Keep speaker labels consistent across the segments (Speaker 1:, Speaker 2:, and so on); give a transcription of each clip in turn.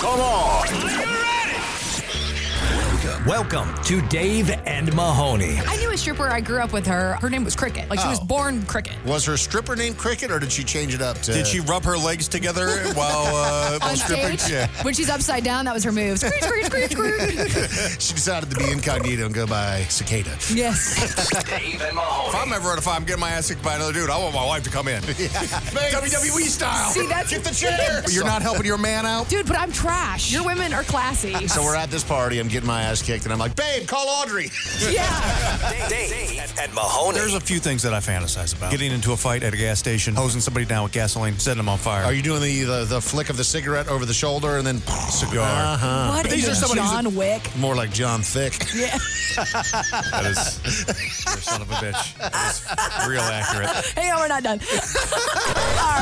Speaker 1: Come on.
Speaker 2: Welcome to Dave and Mahoney.
Speaker 3: I knew a stripper. I grew up with her. Her name was Cricket. Like she was
Speaker 1: Oh.
Speaker 3: born Cricket.
Speaker 1: Was her stripper named Cricket, or did she change it up to?
Speaker 4: Did she rub her legs together while, uh, while
Speaker 3: On
Speaker 4: stripping?
Speaker 3: stage, when she's upside down, that was her move. Screech, screech, screech, screech.
Speaker 1: She decided to be incognito and go by cicada.
Speaker 3: Yes.
Speaker 2: Dave and Mahoney.
Speaker 4: If I'm ever at a fight, I'm getting my ass kicked by another dude. I want my wife to come in. WWE E style.
Speaker 3: See, that's-
Speaker 4: Get the chair.
Speaker 1: You're not helping your man out.
Speaker 3: Dude, but I'm trash. Your women are classy.
Speaker 1: So we're at this party. I'm getting my ass kicked, and I'm like, "Babe, call Audrey."
Speaker 3: yeah.
Speaker 2: Dave and Mahoney.
Speaker 4: There's a few things that I fantasize about. Getting into a fight at a gas station, hosing somebody down with gasoline, setting them on fire.
Speaker 1: Are you doing the, the the flick of the cigarette over the shoulder and then
Speaker 4: cigar?
Speaker 1: Uh. Uh-huh.
Speaker 3: What
Speaker 4: these
Speaker 3: is
Speaker 4: are
Speaker 3: it,
Speaker 4: somebody who's a-
Speaker 3: John Wick?
Speaker 1: More like John Thick.
Speaker 4: That is, you're a son of a bitch. That is real accurate.
Speaker 3: Hey, no, we're not done. All right.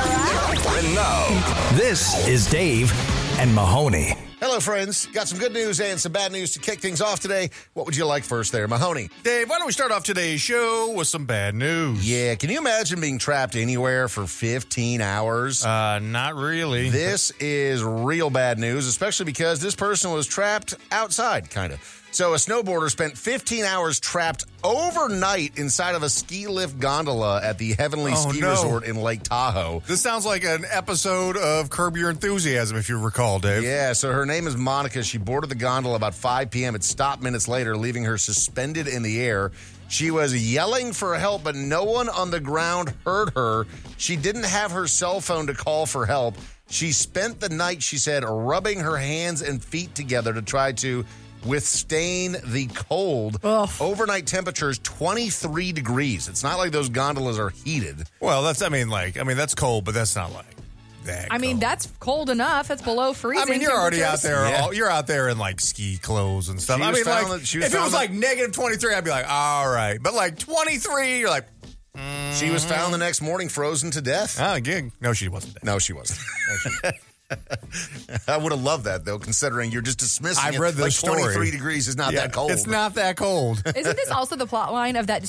Speaker 2: This is Dave and Mahoney.
Speaker 1: Hello, friends. Got some good news and some bad news to kick things off today. What would you like first, there, Mahoney?
Speaker 4: Dave, why don't we start off today's show with some bad news?
Speaker 1: Yeah, can you imagine being trapped anywhere for 15 hours?
Speaker 4: Uh, not really.
Speaker 1: This is real bad news, especially because this person was trapped outside, kind of. So, a snowboarder spent 15 hours trapped overnight inside of a ski lift gondola at the Heavenly
Speaker 4: Oh,
Speaker 1: Ski
Speaker 4: no.
Speaker 1: Resort in Lake Tahoe.
Speaker 4: This sounds like an episode of Curb Your Enthusiasm, if you recall, Dave.
Speaker 1: Yeah, so her name is Monica. She boarded the gondola about 5 p.m. It stopped minutes later, leaving her suspended in the air. She was yelling for help, but no one on the ground heard her. She didn't have her cell phone to call for help. She spent the night, she said, rubbing her hands and feet together to try to withstand the cold. Overnight temperatures 23 degrees. It's not like those gondolas are heated.
Speaker 4: Well, that's I mean, like I mean, that's cold, but that's not like that.
Speaker 3: I mean,
Speaker 4: cold.
Speaker 3: that's cold enough. That's below freezing.
Speaker 4: I mean, you're already out
Speaker 3: temperatures.
Speaker 4: there.
Speaker 1: Yeah.
Speaker 4: All, you're out there in like ski clothes and stuff.
Speaker 1: She
Speaker 4: I
Speaker 1: was
Speaker 4: mean,
Speaker 1: found
Speaker 4: like
Speaker 1: that- she was
Speaker 4: if it
Speaker 1: found
Speaker 4: was
Speaker 1: that-
Speaker 4: like negative 23, I'd be like, all right. But like 23, you're like,
Speaker 1: She was found the next morning frozen to death.
Speaker 4: ah, gig. No, she wasn't. Dead.
Speaker 1: No, she wasn't. I would have loved that though, considering you're just dismissing.
Speaker 4: I've
Speaker 1: it.
Speaker 4: read the
Speaker 1: like
Speaker 4: story.
Speaker 1: 23 degrees is not
Speaker 4: Yeah,
Speaker 1: that cold.
Speaker 4: It's not that cold.
Speaker 3: Isn't this also the plot line of that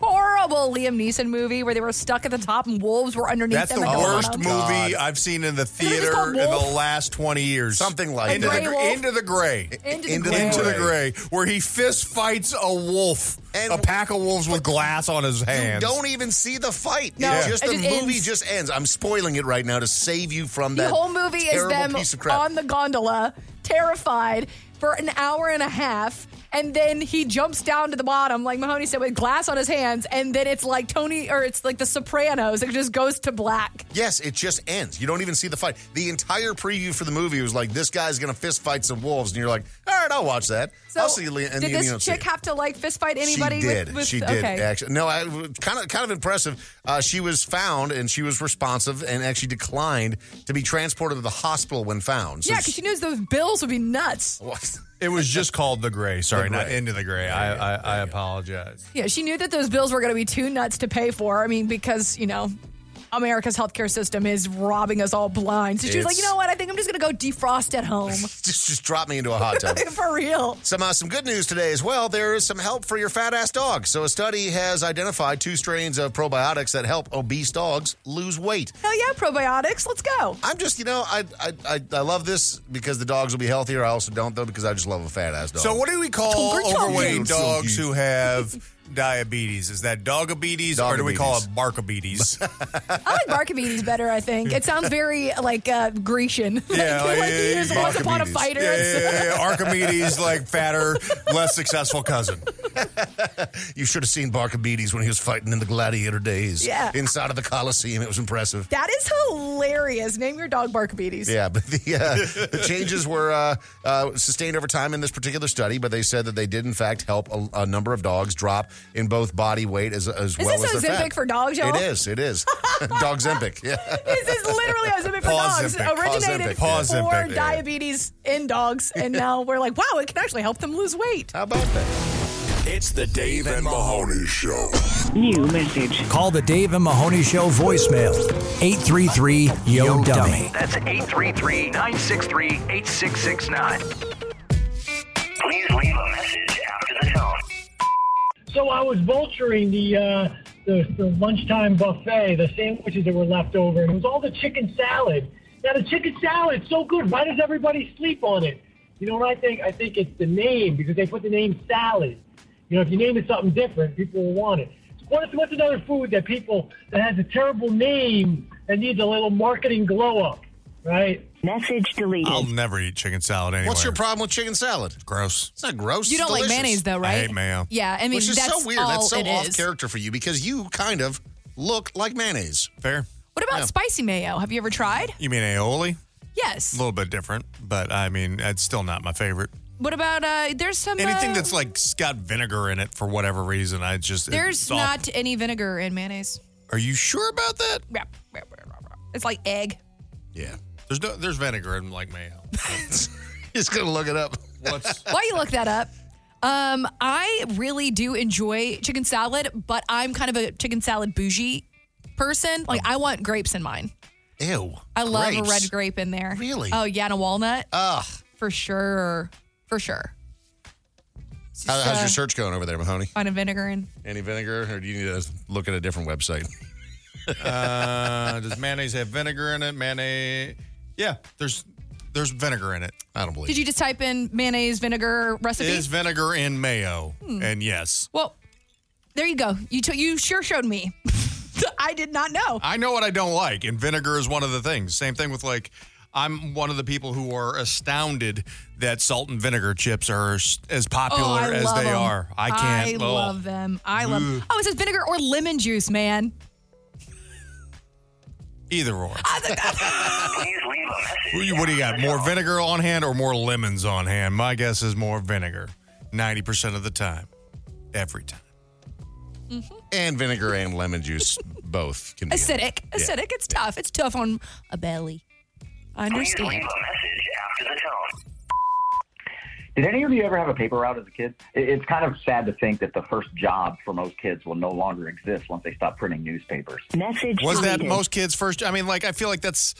Speaker 3: horrible Liam Neeson movie where they were stuck at the top and wolves were underneath
Speaker 4: That's
Speaker 3: them?
Speaker 4: the
Speaker 3: at bottom?
Speaker 4: worst movie I've seen in the
Speaker 3: it just
Speaker 4: theater
Speaker 3: called
Speaker 4: in
Speaker 3: Wolf?
Speaker 4: the last 20 years.
Speaker 1: Something like
Speaker 4: into
Speaker 1: that.
Speaker 3: Grey
Speaker 4: The,
Speaker 3: Wolf?
Speaker 4: into the gray.
Speaker 3: Into the
Speaker 1: Into the
Speaker 3: Gray.
Speaker 4: Into the
Speaker 1: Gray.
Speaker 4: gray, where he fist fights a wolf,
Speaker 1: And-
Speaker 4: a pack of wolves with glass on his
Speaker 1: You
Speaker 4: hands.
Speaker 1: don't even see the fight.
Speaker 3: No,
Speaker 1: It's just
Speaker 3: it
Speaker 1: the
Speaker 3: just
Speaker 1: movie
Speaker 3: ends.
Speaker 1: just ends. I'm spoiling it right now to save you from
Speaker 3: The
Speaker 1: that.
Speaker 3: whole movie is
Speaker 1: terrible
Speaker 3: them
Speaker 1: piece of crap.
Speaker 3: on the gondola, terrified for an hour and a half. And then he jumps down to the bottom, like Mahoney said, with glass on his hands. And then it's like Tony, or it's like The Sopranos. It just goes to black.
Speaker 1: yes, it just ends. You don't even see the fight. The entire preview for the movie was like, "This guy's gonna fist fight some wolves," and you're like, "All right, I'll watch that."
Speaker 3: So
Speaker 1: I'll see you.
Speaker 3: did
Speaker 1: in the end, you
Speaker 3: this
Speaker 1: don't see
Speaker 3: chick
Speaker 1: it.
Speaker 3: have to like fist fight anybody?
Speaker 1: She did.
Speaker 3: With, with,
Speaker 1: she did.
Speaker 3: okay.
Speaker 1: Actually, no. I kind of kind of impressive. Uh, she was found and she was responsive and actually declined to be transported to the hospital when found. So
Speaker 3: Yeah, because she knows those bills would be nuts.
Speaker 4: It was just called the gray. Sorry, not
Speaker 1: Gray.
Speaker 4: into the gray. I, I, I apologize.
Speaker 3: Yeah, she knew that those bills were going to be too nuts to pay for. I mean, because, you know, America's healthcare system is robbing us all blind. So she was like,
Speaker 1: It's-
Speaker 3: you know what? I think I'm just going to go defrost at home.
Speaker 1: just just drop me into a hot tub.
Speaker 3: for real.
Speaker 1: Some, uh, some good news today as well. There is some help for your fat ass dog. So, a study has identified two strains of probiotics that help obese dogs lose weight.
Speaker 3: Hell yeah, probiotics. Let's go.
Speaker 1: I'm just, you know, I I, I, I love this because the dogs will be healthier. I also don't, though, because I just love a fat ass dog.
Speaker 4: So what do we call
Speaker 3: Chunker chunker.
Speaker 4: overweight
Speaker 1: Chunker
Speaker 4: dogs
Speaker 1: chunker.
Speaker 4: who have diabetes? Is that dogabetes or do we call it barkabetes?
Speaker 3: I like Barkabedes better, I think. It sounds very like uh, Grecian.
Speaker 4: Yeah,
Speaker 3: like,
Speaker 4: yeah,
Speaker 3: he
Speaker 4: yeah,
Speaker 3: was
Speaker 4: yeah,
Speaker 3: once upon a
Speaker 1: Barkabedes.
Speaker 3: fighter.
Speaker 4: yeah, yeah, yeah, yeah. Archimedes, like fatter, less successful cousin.
Speaker 1: You should have seen Barkabides when he was fighting in the gladiator days.
Speaker 3: Yeah.
Speaker 1: Inside of the Coliseum. It was impressive.
Speaker 3: That is hilarious. Name your dog Barkabetes.
Speaker 1: Yeah, but the, uh, the changes were uh, uh, sustained over time in this particular study, but they said that they did, in fact, help a, a number of dogs drop in both body weight as, as well
Speaker 3: this
Speaker 1: as their fat.
Speaker 3: Ozempic for dogs, y'all?
Speaker 1: It is. It is. Dog Zempic. Yeah.
Speaker 3: This is literally Ozempic for dogs.
Speaker 4: Paw-zempic.
Speaker 3: Originated
Speaker 1: Paw-zempic.
Speaker 4: Paw-zempic,
Speaker 3: for
Speaker 4: yeah.
Speaker 3: diabetes in dogs. And now we're like, wow, it can actually help them lose weight.
Speaker 1: How about that?
Speaker 2: It's the Dave and Mahoney Show.
Speaker 5: New message.
Speaker 2: Call the Dave and Mahoney Show voicemail 833 Yo Dummy.
Speaker 6: That's 833 963 8669. Please leave a message after the tone.
Speaker 7: So I was vulturing the, uh, the the lunchtime buffet, the sandwiches that were left over, and it was all the chicken salad. Now the chicken salad's so good. Why does everybody sleep on it? You know what I think? I think it's the name because they put the name salad. You know, if you name it something different, people will want it. What's, what's another food that people that has a terrible name that needs a little marketing glow up, right?
Speaker 5: Message deleted.
Speaker 4: I'll never eat chicken salad anyway.
Speaker 1: What's your problem with chicken salad?
Speaker 4: Gross.
Speaker 1: It's not gross.
Speaker 3: You
Speaker 1: It's
Speaker 3: don't
Speaker 1: delicious.
Speaker 3: like mayonnaise, though, right?
Speaker 4: hate mayo.
Speaker 3: Yeah, I mean,
Speaker 1: Which is
Speaker 3: that's
Speaker 1: so weird.
Speaker 3: all
Speaker 1: That's so
Speaker 3: it
Speaker 1: off
Speaker 3: is.
Speaker 1: character for you because you kind of look like mayonnaise.
Speaker 4: Fair.
Speaker 3: What about spicy mayo? Have you ever tried?
Speaker 4: You mean aioli?
Speaker 3: Yes.
Speaker 4: A little bit different, but I mean, it's still not my favorite.
Speaker 3: What about uh? There's some
Speaker 4: Anything
Speaker 3: uh,
Speaker 4: that's like it's got vinegar in it for whatever reason, I just
Speaker 3: there's
Speaker 4: it's off.
Speaker 3: not any vinegar in mayonnaise.
Speaker 4: Are you sure about that?
Speaker 3: It's like egg.
Speaker 1: Yeah.
Speaker 4: There's no. There's vinegar in like mayo.
Speaker 1: Just going to look it up.
Speaker 4: What's
Speaker 3: Why you look that up? Um, I really do enjoy chicken salad, but I'm kind of a chicken salad bougie person. Like I want grapes in mine.
Speaker 1: Ew.
Speaker 3: I love
Speaker 1: Grapes.
Speaker 3: a red grape in there.
Speaker 1: Really?
Speaker 3: Oh yeah, and a walnut
Speaker 1: Ugh.
Speaker 3: for sure. For sure. It's
Speaker 1: How,
Speaker 3: just,
Speaker 1: how's
Speaker 3: uh,
Speaker 1: your search going over there, Mahoney?
Speaker 3: Find a vinegar and
Speaker 1: Any vinegar, or do you need to look at a different website?
Speaker 4: uh, does mayonnaise have vinegar in it? Mayonnaise. Yeah. There's there's vinegar in it.
Speaker 1: I don't believe
Speaker 3: did you just type in mayonnaise vinegar recipe?
Speaker 4: Is vinegar in mayo? And yes,
Speaker 3: Hmm. Well, there you go. You t- you sure showed me. I did not know.
Speaker 4: I know what I don't like, and vinegar is one of the things. Same thing with like. I'm one of the people who are astounded that salt and vinegar chips are s- as popular
Speaker 3: Oh, I
Speaker 4: as
Speaker 3: love
Speaker 4: they
Speaker 3: 'em.
Speaker 4: are. I can't.
Speaker 3: I
Speaker 4: oh.
Speaker 3: love them. I love. Oh, it says vinegar or lemon juice, man.
Speaker 4: either or.
Speaker 6: Please leave a message.
Speaker 4: What do you- what do you got? More vinegar on hand or more lemons on hand? My guess is more vinegar. 90% of the time. Every time.
Speaker 1: And vinegar and lemon juice, both can be.
Speaker 3: Acidic, acidic. It's tough. It's tough on a belly. I
Speaker 6: Please leave
Speaker 3: understand.
Speaker 6: a message after the tone.
Speaker 8: Did any of you ever have a paper route as a kid? It- It's kind of sad to think that the first job for most kids will no longer exist once they stop printing newspapers.
Speaker 5: message
Speaker 4: Was that
Speaker 5: deleted.
Speaker 4: most kids' first? I mean, like, I feel like that's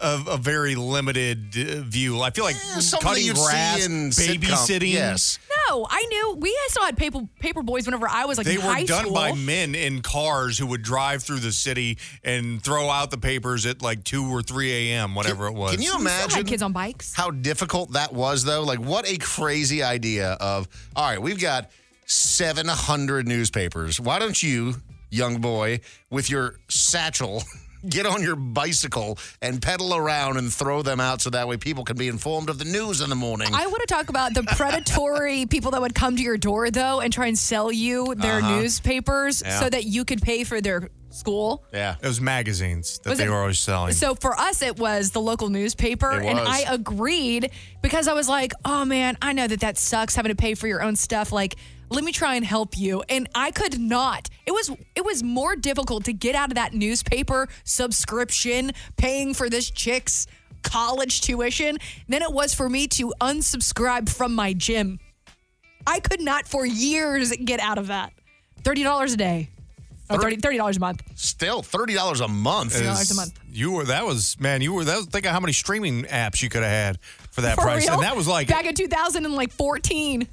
Speaker 4: a, a very limited uh, view. I feel like
Speaker 1: Eh, something
Speaker 4: cutting
Speaker 1: you'd see
Speaker 4: grass,
Speaker 1: in sitcom-
Speaker 4: babysitting.
Speaker 1: yes.
Speaker 3: No, I knew we still had paper paper boys whenever I was like
Speaker 4: They
Speaker 3: in
Speaker 4: were
Speaker 3: high
Speaker 4: done
Speaker 3: school.
Speaker 4: by men in cars who would drive through the city and throw out the papers at like 2 or 3 a.m., whatever it was.
Speaker 1: Can
Speaker 3: We
Speaker 1: you
Speaker 3: still
Speaker 1: imagine
Speaker 3: had kids on bikes.
Speaker 1: how difficult that was, though? Like, what a crazy idea of, all right, we've got 700 newspapers. Why don't you, young boy, with your satchel, get on your bicycle and pedal around and throw them out so that way people can be informed of the news in the morning?
Speaker 3: I want to talk about the predatory people that would come to your door though and try and sell you their
Speaker 4: Uh-huh.
Speaker 3: newspapers so that you could pay for their school.
Speaker 1: yeah.
Speaker 4: It was magazines that
Speaker 3: Was
Speaker 4: they
Speaker 3: it-
Speaker 4: were always selling.
Speaker 3: So for us, it was the local newspaper,
Speaker 1: It
Speaker 3: and
Speaker 1: was.
Speaker 3: I agreed because I was like, "Oh man, I know that that sucks having to pay for your own stuff." Like, let me try and help you, and I could not. It was it was more difficult to get out of that newspaper subscription, paying for this chick's college tuition, than it was for me to unsubscribe from my gym. I could not for years get out of that. Thirty dollars a day, oh, 30 dollars a month.
Speaker 1: Still, $30 a month.
Speaker 4: is-
Speaker 3: dollars a month.
Speaker 4: You were that was man. You were that was think of how many streaming apps you could have had for that
Speaker 3: For
Speaker 4: price,
Speaker 3: real?
Speaker 4: and that was like
Speaker 3: back in 2014.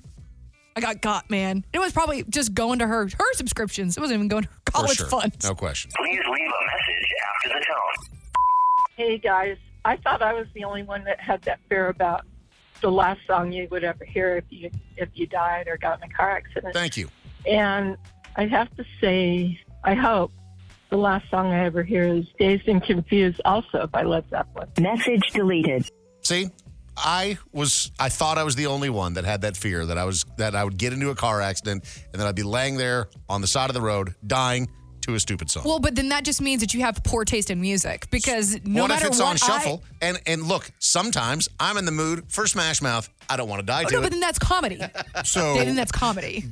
Speaker 3: I got got, man. It was probably just going to her her subscriptions. It wasn't even going to her
Speaker 1: for
Speaker 3: college
Speaker 1: sure.
Speaker 3: funds.
Speaker 1: No question.
Speaker 6: Please leave a message after the tone.
Speaker 9: Hey guys, I thought I was the only one that had that fear about the last song you would ever hear if you if you died or got in a car accident.
Speaker 1: Thank you.
Speaker 9: And I have to say, I hope the last song I ever hear is Dazed and Confused also by Led Zeppelin.
Speaker 5: message deleted.
Speaker 1: See, I was I thought I was the only one that had that fear that I was that I would get into a car accident and then I'd be laying there on the side of the road dying to a stupid song.
Speaker 3: Well, but then that just means that you have poor taste in music because no
Speaker 1: what if
Speaker 3: matter
Speaker 1: it's
Speaker 3: what
Speaker 1: on shuffle? And and look, sometimes I'm in the mood for Smash Mouth. I don't want to die
Speaker 3: I, oh,
Speaker 1: to
Speaker 3: no,
Speaker 1: it.
Speaker 3: but then that's comedy.
Speaker 4: So-
Speaker 3: then that's comedy.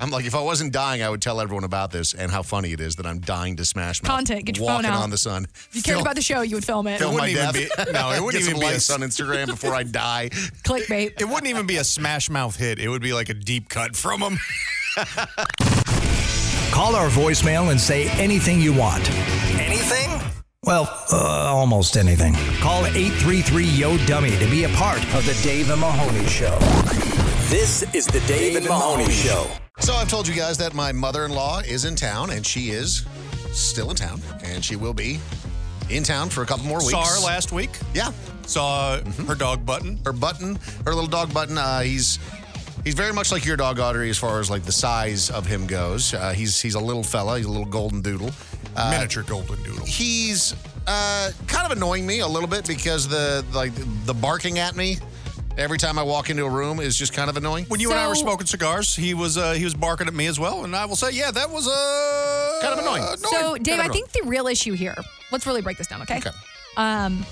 Speaker 1: I'm like, if I wasn't dying, I would tell everyone about this and how funny it is that I'm dying to Smash Mouth.
Speaker 3: Content, get your phone
Speaker 1: walking
Speaker 3: out.
Speaker 1: on the sun.
Speaker 3: If you cared about the show, you would film it.
Speaker 1: Film my
Speaker 4: wouldn't
Speaker 1: death.
Speaker 4: even be- no, it wouldn't
Speaker 1: Get some
Speaker 4: even be a
Speaker 1: likes
Speaker 4: s-
Speaker 1: on Instagram before I die.
Speaker 3: Clickbait.
Speaker 4: It wouldn't even be a smash mouth hit. It would be like a deep cut from him.
Speaker 2: Call our voicemail and say anything you want.
Speaker 10: Anything?
Speaker 2: Well, uh, almost anything. Call 833 Yo Dummy to be a part of the Dave and Mahoney Show.
Speaker 10: This is the Dave, and Mahoney, Show.
Speaker 1: So I've told you guys that my mother-in-law is in town, and she is still in town, and she will be in town for a couple more weeks.
Speaker 4: Saw her last week.
Speaker 1: Yeah,
Speaker 4: Saw Mm-hmm. her dog Button.
Speaker 1: Her Button, her little dog Button. Uh, he's he's very much like your dog Audrey as far as like the size of him goes. Uh, he's he's a little fella. He's a little golden doodle. Uh,
Speaker 4: Miniature golden doodle.
Speaker 1: He's uh, kind of annoying me a little bit because the like the barking at me every time I walk into a room is just kind of annoying.
Speaker 4: When you and I were
Speaker 3: So-
Speaker 4: smoking cigars, he was uh, he was barking at me as well, and I will say, yeah, that was uh,
Speaker 1: Kind of annoying.
Speaker 3: So, Dave,
Speaker 4: Kind of
Speaker 3: I
Speaker 4: annoying.
Speaker 3: think the real issue here, let's really break this down, okay?
Speaker 1: Okay.
Speaker 3: Um,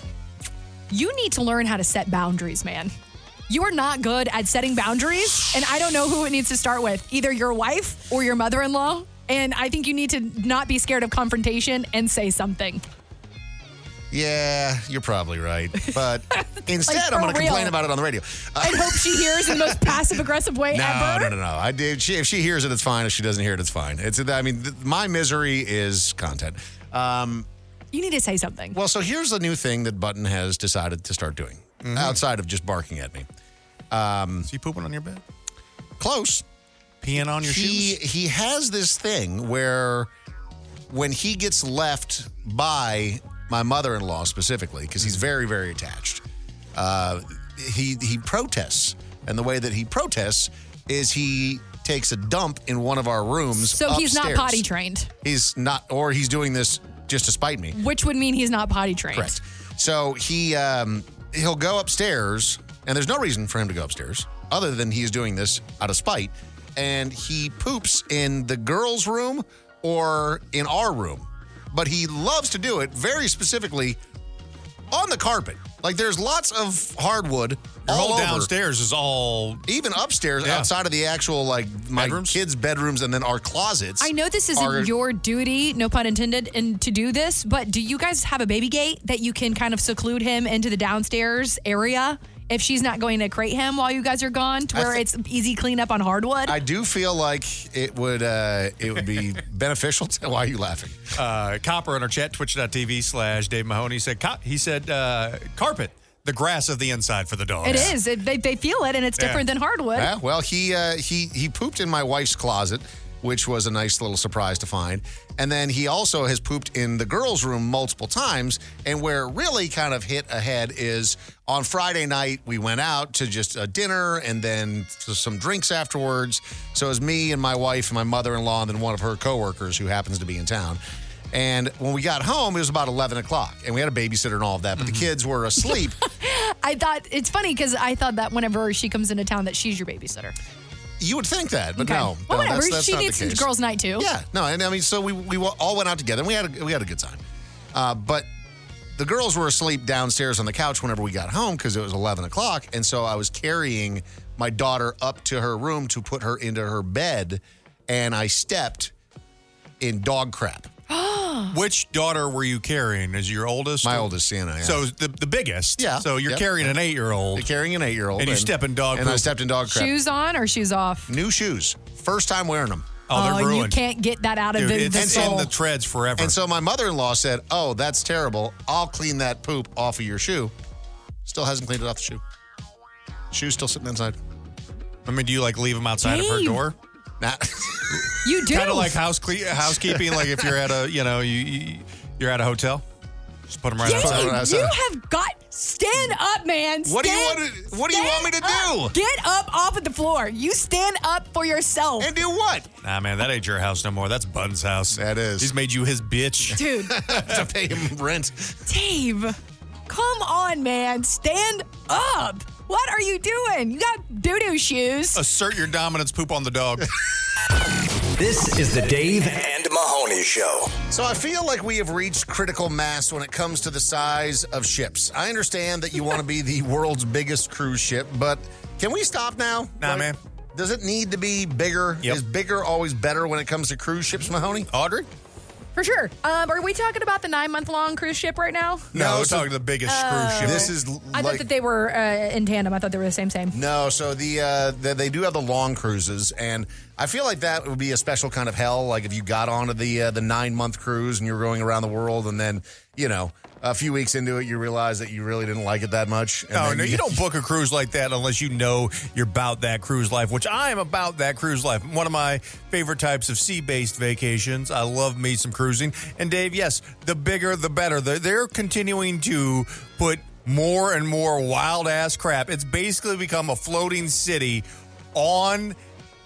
Speaker 3: you need to learn how to set boundaries, man. You are not good at setting boundaries, and I don't know who it needs to start with either your wife or your mother in law. And I think you need to not be scared of confrontation and say something.
Speaker 1: Yeah, you're probably right. But
Speaker 3: Like,
Speaker 1: instead, I'm
Speaker 3: for
Speaker 1: going to complain
Speaker 3: real.
Speaker 1: about it on the radio. Uh,
Speaker 3: I hope she hears in the most passive aggressive way
Speaker 1: no,
Speaker 3: ever.
Speaker 1: no, no, no. I did. She, if she hears it, it's fine. If she doesn't hear it, it's fine. It's. I mean, th- my misery is content. Um,
Speaker 3: You need to say something.
Speaker 1: well, so here's the new thing that Button has decided to start doing outside of just barking at me.
Speaker 4: Mm-hmm.
Speaker 1: Um,
Speaker 4: Is he pooping on your bed?
Speaker 1: Close.
Speaker 4: Peeing on your
Speaker 1: he
Speaker 4: shoes?
Speaker 1: he has this thing where when he gets left by my mother-in-law specifically because he's
Speaker 4: Mm-hmm.
Speaker 1: very very attached uh, he he protests and the way that he protests is he takes a dump in one of our rooms
Speaker 3: so he's not
Speaker 1: upstairs.
Speaker 3: potty trained,
Speaker 1: he's not or he's doing this just to spite me
Speaker 3: which would mean he's not potty trained.
Speaker 1: Correct. So he um, he'll go upstairs, and there's no reason for him to go upstairs other than he is doing this out of spite, and he poops in the girls' room or in our room, but he loves to do it very specifically on the carpet. Like there's lots of hardwood
Speaker 4: Your
Speaker 1: all
Speaker 4: whole
Speaker 1: over.
Speaker 4: downstairs is all
Speaker 1: Even upstairs,
Speaker 4: Yeah.
Speaker 1: outside of the actual like my
Speaker 4: Bedrooms?
Speaker 1: kids' bedrooms, and then our closets.
Speaker 3: I know this isn't
Speaker 1: are-
Speaker 3: your duty, no pun intended, and to do this, but do you guys have a baby gate that you can kind of seclude him into the downstairs area if she's not going to crate him while you guys are gone, to
Speaker 1: I
Speaker 3: where
Speaker 1: thi-
Speaker 3: it's easy cleanup on hardwood?
Speaker 1: I do feel like it would uh, it would be beneficial. To, why are you laughing?
Speaker 4: uh, copper in our chat, twitch.tv slash Dave Mahoney. He said, co- he said uh, carpet, the grass of the inside for the dogs.
Speaker 3: it is. It, they, they feel it, and it's
Speaker 4: Yeah.
Speaker 3: different than hardwood.
Speaker 1: Yeah, well, he uh, he he pooped in my wife's closet, which was a nice little surprise to find. And then he also has pooped in the girls' room multiple times. And where it really kind of hit ahead is on Friday night we went out to just a dinner and then to some drinks afterwards. So it was me and my wife and my mother-in-law and then one of her coworkers who happens to be in town. And when we got home, it was about 11 o'clock, and we had a babysitter and all of that, but
Speaker 3: Mm-hmm.
Speaker 1: the kids were asleep.
Speaker 3: I thought it's funny because I thought that whenever she comes into town, that she's your babysitter.
Speaker 1: you would think that, but
Speaker 3: Okay.
Speaker 1: no.
Speaker 3: well,
Speaker 1: no,
Speaker 3: whatever.
Speaker 1: that's- that's
Speaker 3: she
Speaker 1: not the
Speaker 3: needs
Speaker 1: case.
Speaker 3: girls' night too.
Speaker 1: Yeah, no, and I mean, so we we all went out together. and We had a, we had a good time, uh, but the girls were asleep downstairs on the couch whenever we got home because it was eleven o'clock, and so I was carrying my daughter up to her room to put her into her bed, and I stepped in dog crap.
Speaker 4: Which daughter were you carrying? Is your oldest?
Speaker 1: My oldest Sienna. Yeah.
Speaker 4: So the, the biggest.
Speaker 1: Yeah.
Speaker 4: So you're
Speaker 1: Yep.
Speaker 4: carrying an eight year old.
Speaker 1: carrying an eight year old,
Speaker 4: And you step in dog
Speaker 1: and I
Speaker 4: poop.
Speaker 1: stepped in dog crap.
Speaker 3: Shoes on or shoes off?
Speaker 1: New shoes, first time wearing them.
Speaker 4: Oh, they're
Speaker 3: you
Speaker 4: ruined.
Speaker 3: can't get that out of
Speaker 4: Dude,
Speaker 3: the, the
Speaker 4: it's
Speaker 3: soul.
Speaker 4: in the treads forever.
Speaker 1: And so my mother in law said, "Oh, that's terrible. I'll clean that poop off of your shoe." Still hasn't cleaned it off the shoe. Shoe's still sitting inside.
Speaker 4: I mean, do you like leave them outside of her
Speaker 3: Dave.
Speaker 4: door?
Speaker 1: Nah.
Speaker 3: you do.
Speaker 4: Kind of like house cle- housekeeping, like if you're at a, you know, you- you you're at a hotel, just put them right
Speaker 3: Dave,
Speaker 4: outside.
Speaker 1: what I
Speaker 3: you
Speaker 1: said.
Speaker 3: have got stand up, man.
Speaker 1: What do you
Speaker 3: Stand-
Speaker 1: want to- what do you want me to
Speaker 3: stand
Speaker 1: do?
Speaker 3: up. Get up off of the floor. You stand up for yourself,
Speaker 1: and do what?
Speaker 4: Nah, man, that ain't your house no more. That's Bud's house.
Speaker 1: That is.
Speaker 4: He's made you his bitch.
Speaker 3: dude.
Speaker 1: to pay him rent.
Speaker 3: Dave, Come on, man. Stand up. What are you doing? You got doo doo shoes.
Speaker 4: Assert your dominance, poop on the dog.
Speaker 2: This is the Dave
Speaker 10: and Mahoney Show.
Speaker 1: So I feel like we have reached critical mass when it comes to the size of ships. I understand that you want to be the world's biggest cruise ship, but can we stop now?
Speaker 4: Nah, man.
Speaker 1: Does it need to be bigger? Is bigger always better when it comes to cruise ships, Mahoney?
Speaker 4: Audrey?
Speaker 3: For sure. Um, are we talking about the nine month long cruise ship right now?
Speaker 4: No, we're talking the biggest
Speaker 3: Oh.
Speaker 4: screw ship.
Speaker 1: This is l-
Speaker 3: I thought
Speaker 1: like
Speaker 3: that they were uh, in tandem. I thought they were the same, same.
Speaker 1: No, so the, uh, the they do have the long cruises, and I feel like that would be a special kind of hell. Like if you got onto the uh, the nine month cruise and you were going around the world, and then you know a few weeks into it, you realize that you really didn't like it that much. And
Speaker 4: No,
Speaker 1: then
Speaker 4: Oh, no, you don't book a cruise like that unless you know you're about that cruise life, which I am about that cruise life. One of my favorite types of sea based vacations. I love me some cruising. And Dave, yes, the bigger, the better. They're, they're continuing to put more and more wild ass crap. It's basically become a floating city on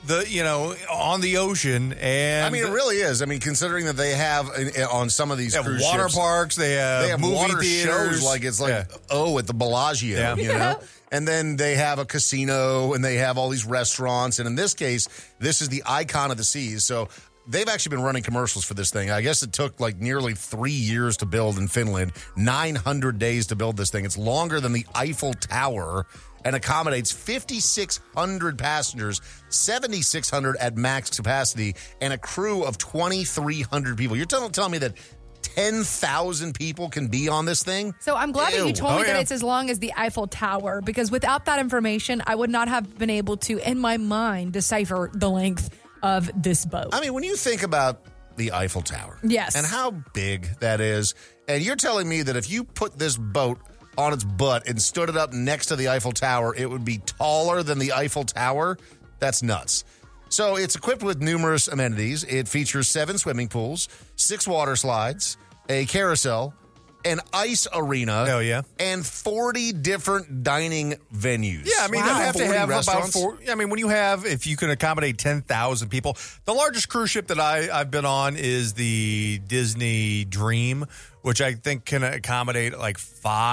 Speaker 4: the, you know, on the ocean. And
Speaker 1: I mean, it really is. I mean, considering that they have uh, on some of these
Speaker 4: they have
Speaker 1: cruise
Speaker 4: water
Speaker 1: ships,
Speaker 4: parks, they have,
Speaker 1: they have
Speaker 4: movie
Speaker 1: water
Speaker 4: theaters.
Speaker 1: shows like it's like
Speaker 4: Yeah.
Speaker 1: oh at the Bellagio,
Speaker 4: Yeah.
Speaker 1: you
Speaker 4: Yeah.
Speaker 1: know. And then they have a casino and they have all these restaurants. And in this case, this is the icon of the seas. So they've actually been running commercials for this thing. I guess it took like nearly three years to build in Finland, 900 days to build this thing. It's longer than the Eiffel Tower and accommodates 5,600 passengers, 7,600 at max capacity, and a crew of 2,300 people. You're telling, telling me that 10,000 people can be on this thing?
Speaker 3: So I'm glad that
Speaker 1: Ew.
Speaker 3: you told me
Speaker 1: Oh,
Speaker 3: that
Speaker 1: yeah.
Speaker 3: it's as long as the Eiffel Tower because without that information, I would not have been able to, in my mind, decipher the length of this boat.
Speaker 1: I mean, when you think about the Eiffel Tower,
Speaker 3: Yes.
Speaker 1: and how big that is, and you're telling me that if you put this boat on its butt and stood it up next to the Eiffel Tower, it would be taller than the Eiffel Tower? That's nuts. So it's equipped with numerous amenities. It features seven swimming pools, six water slides, a carousel, an ice arena.
Speaker 4: Oh, yeah.
Speaker 1: And 40 different dining venues.
Speaker 4: Yeah, I mean, they'll have to
Speaker 1: 40
Speaker 4: have about
Speaker 1: restaurants.
Speaker 4: four. I mean, when you have, if you can accommodate 10,000 people, the largest cruise ship that I, I've been on is the Disney Dream, which I think can accommodate like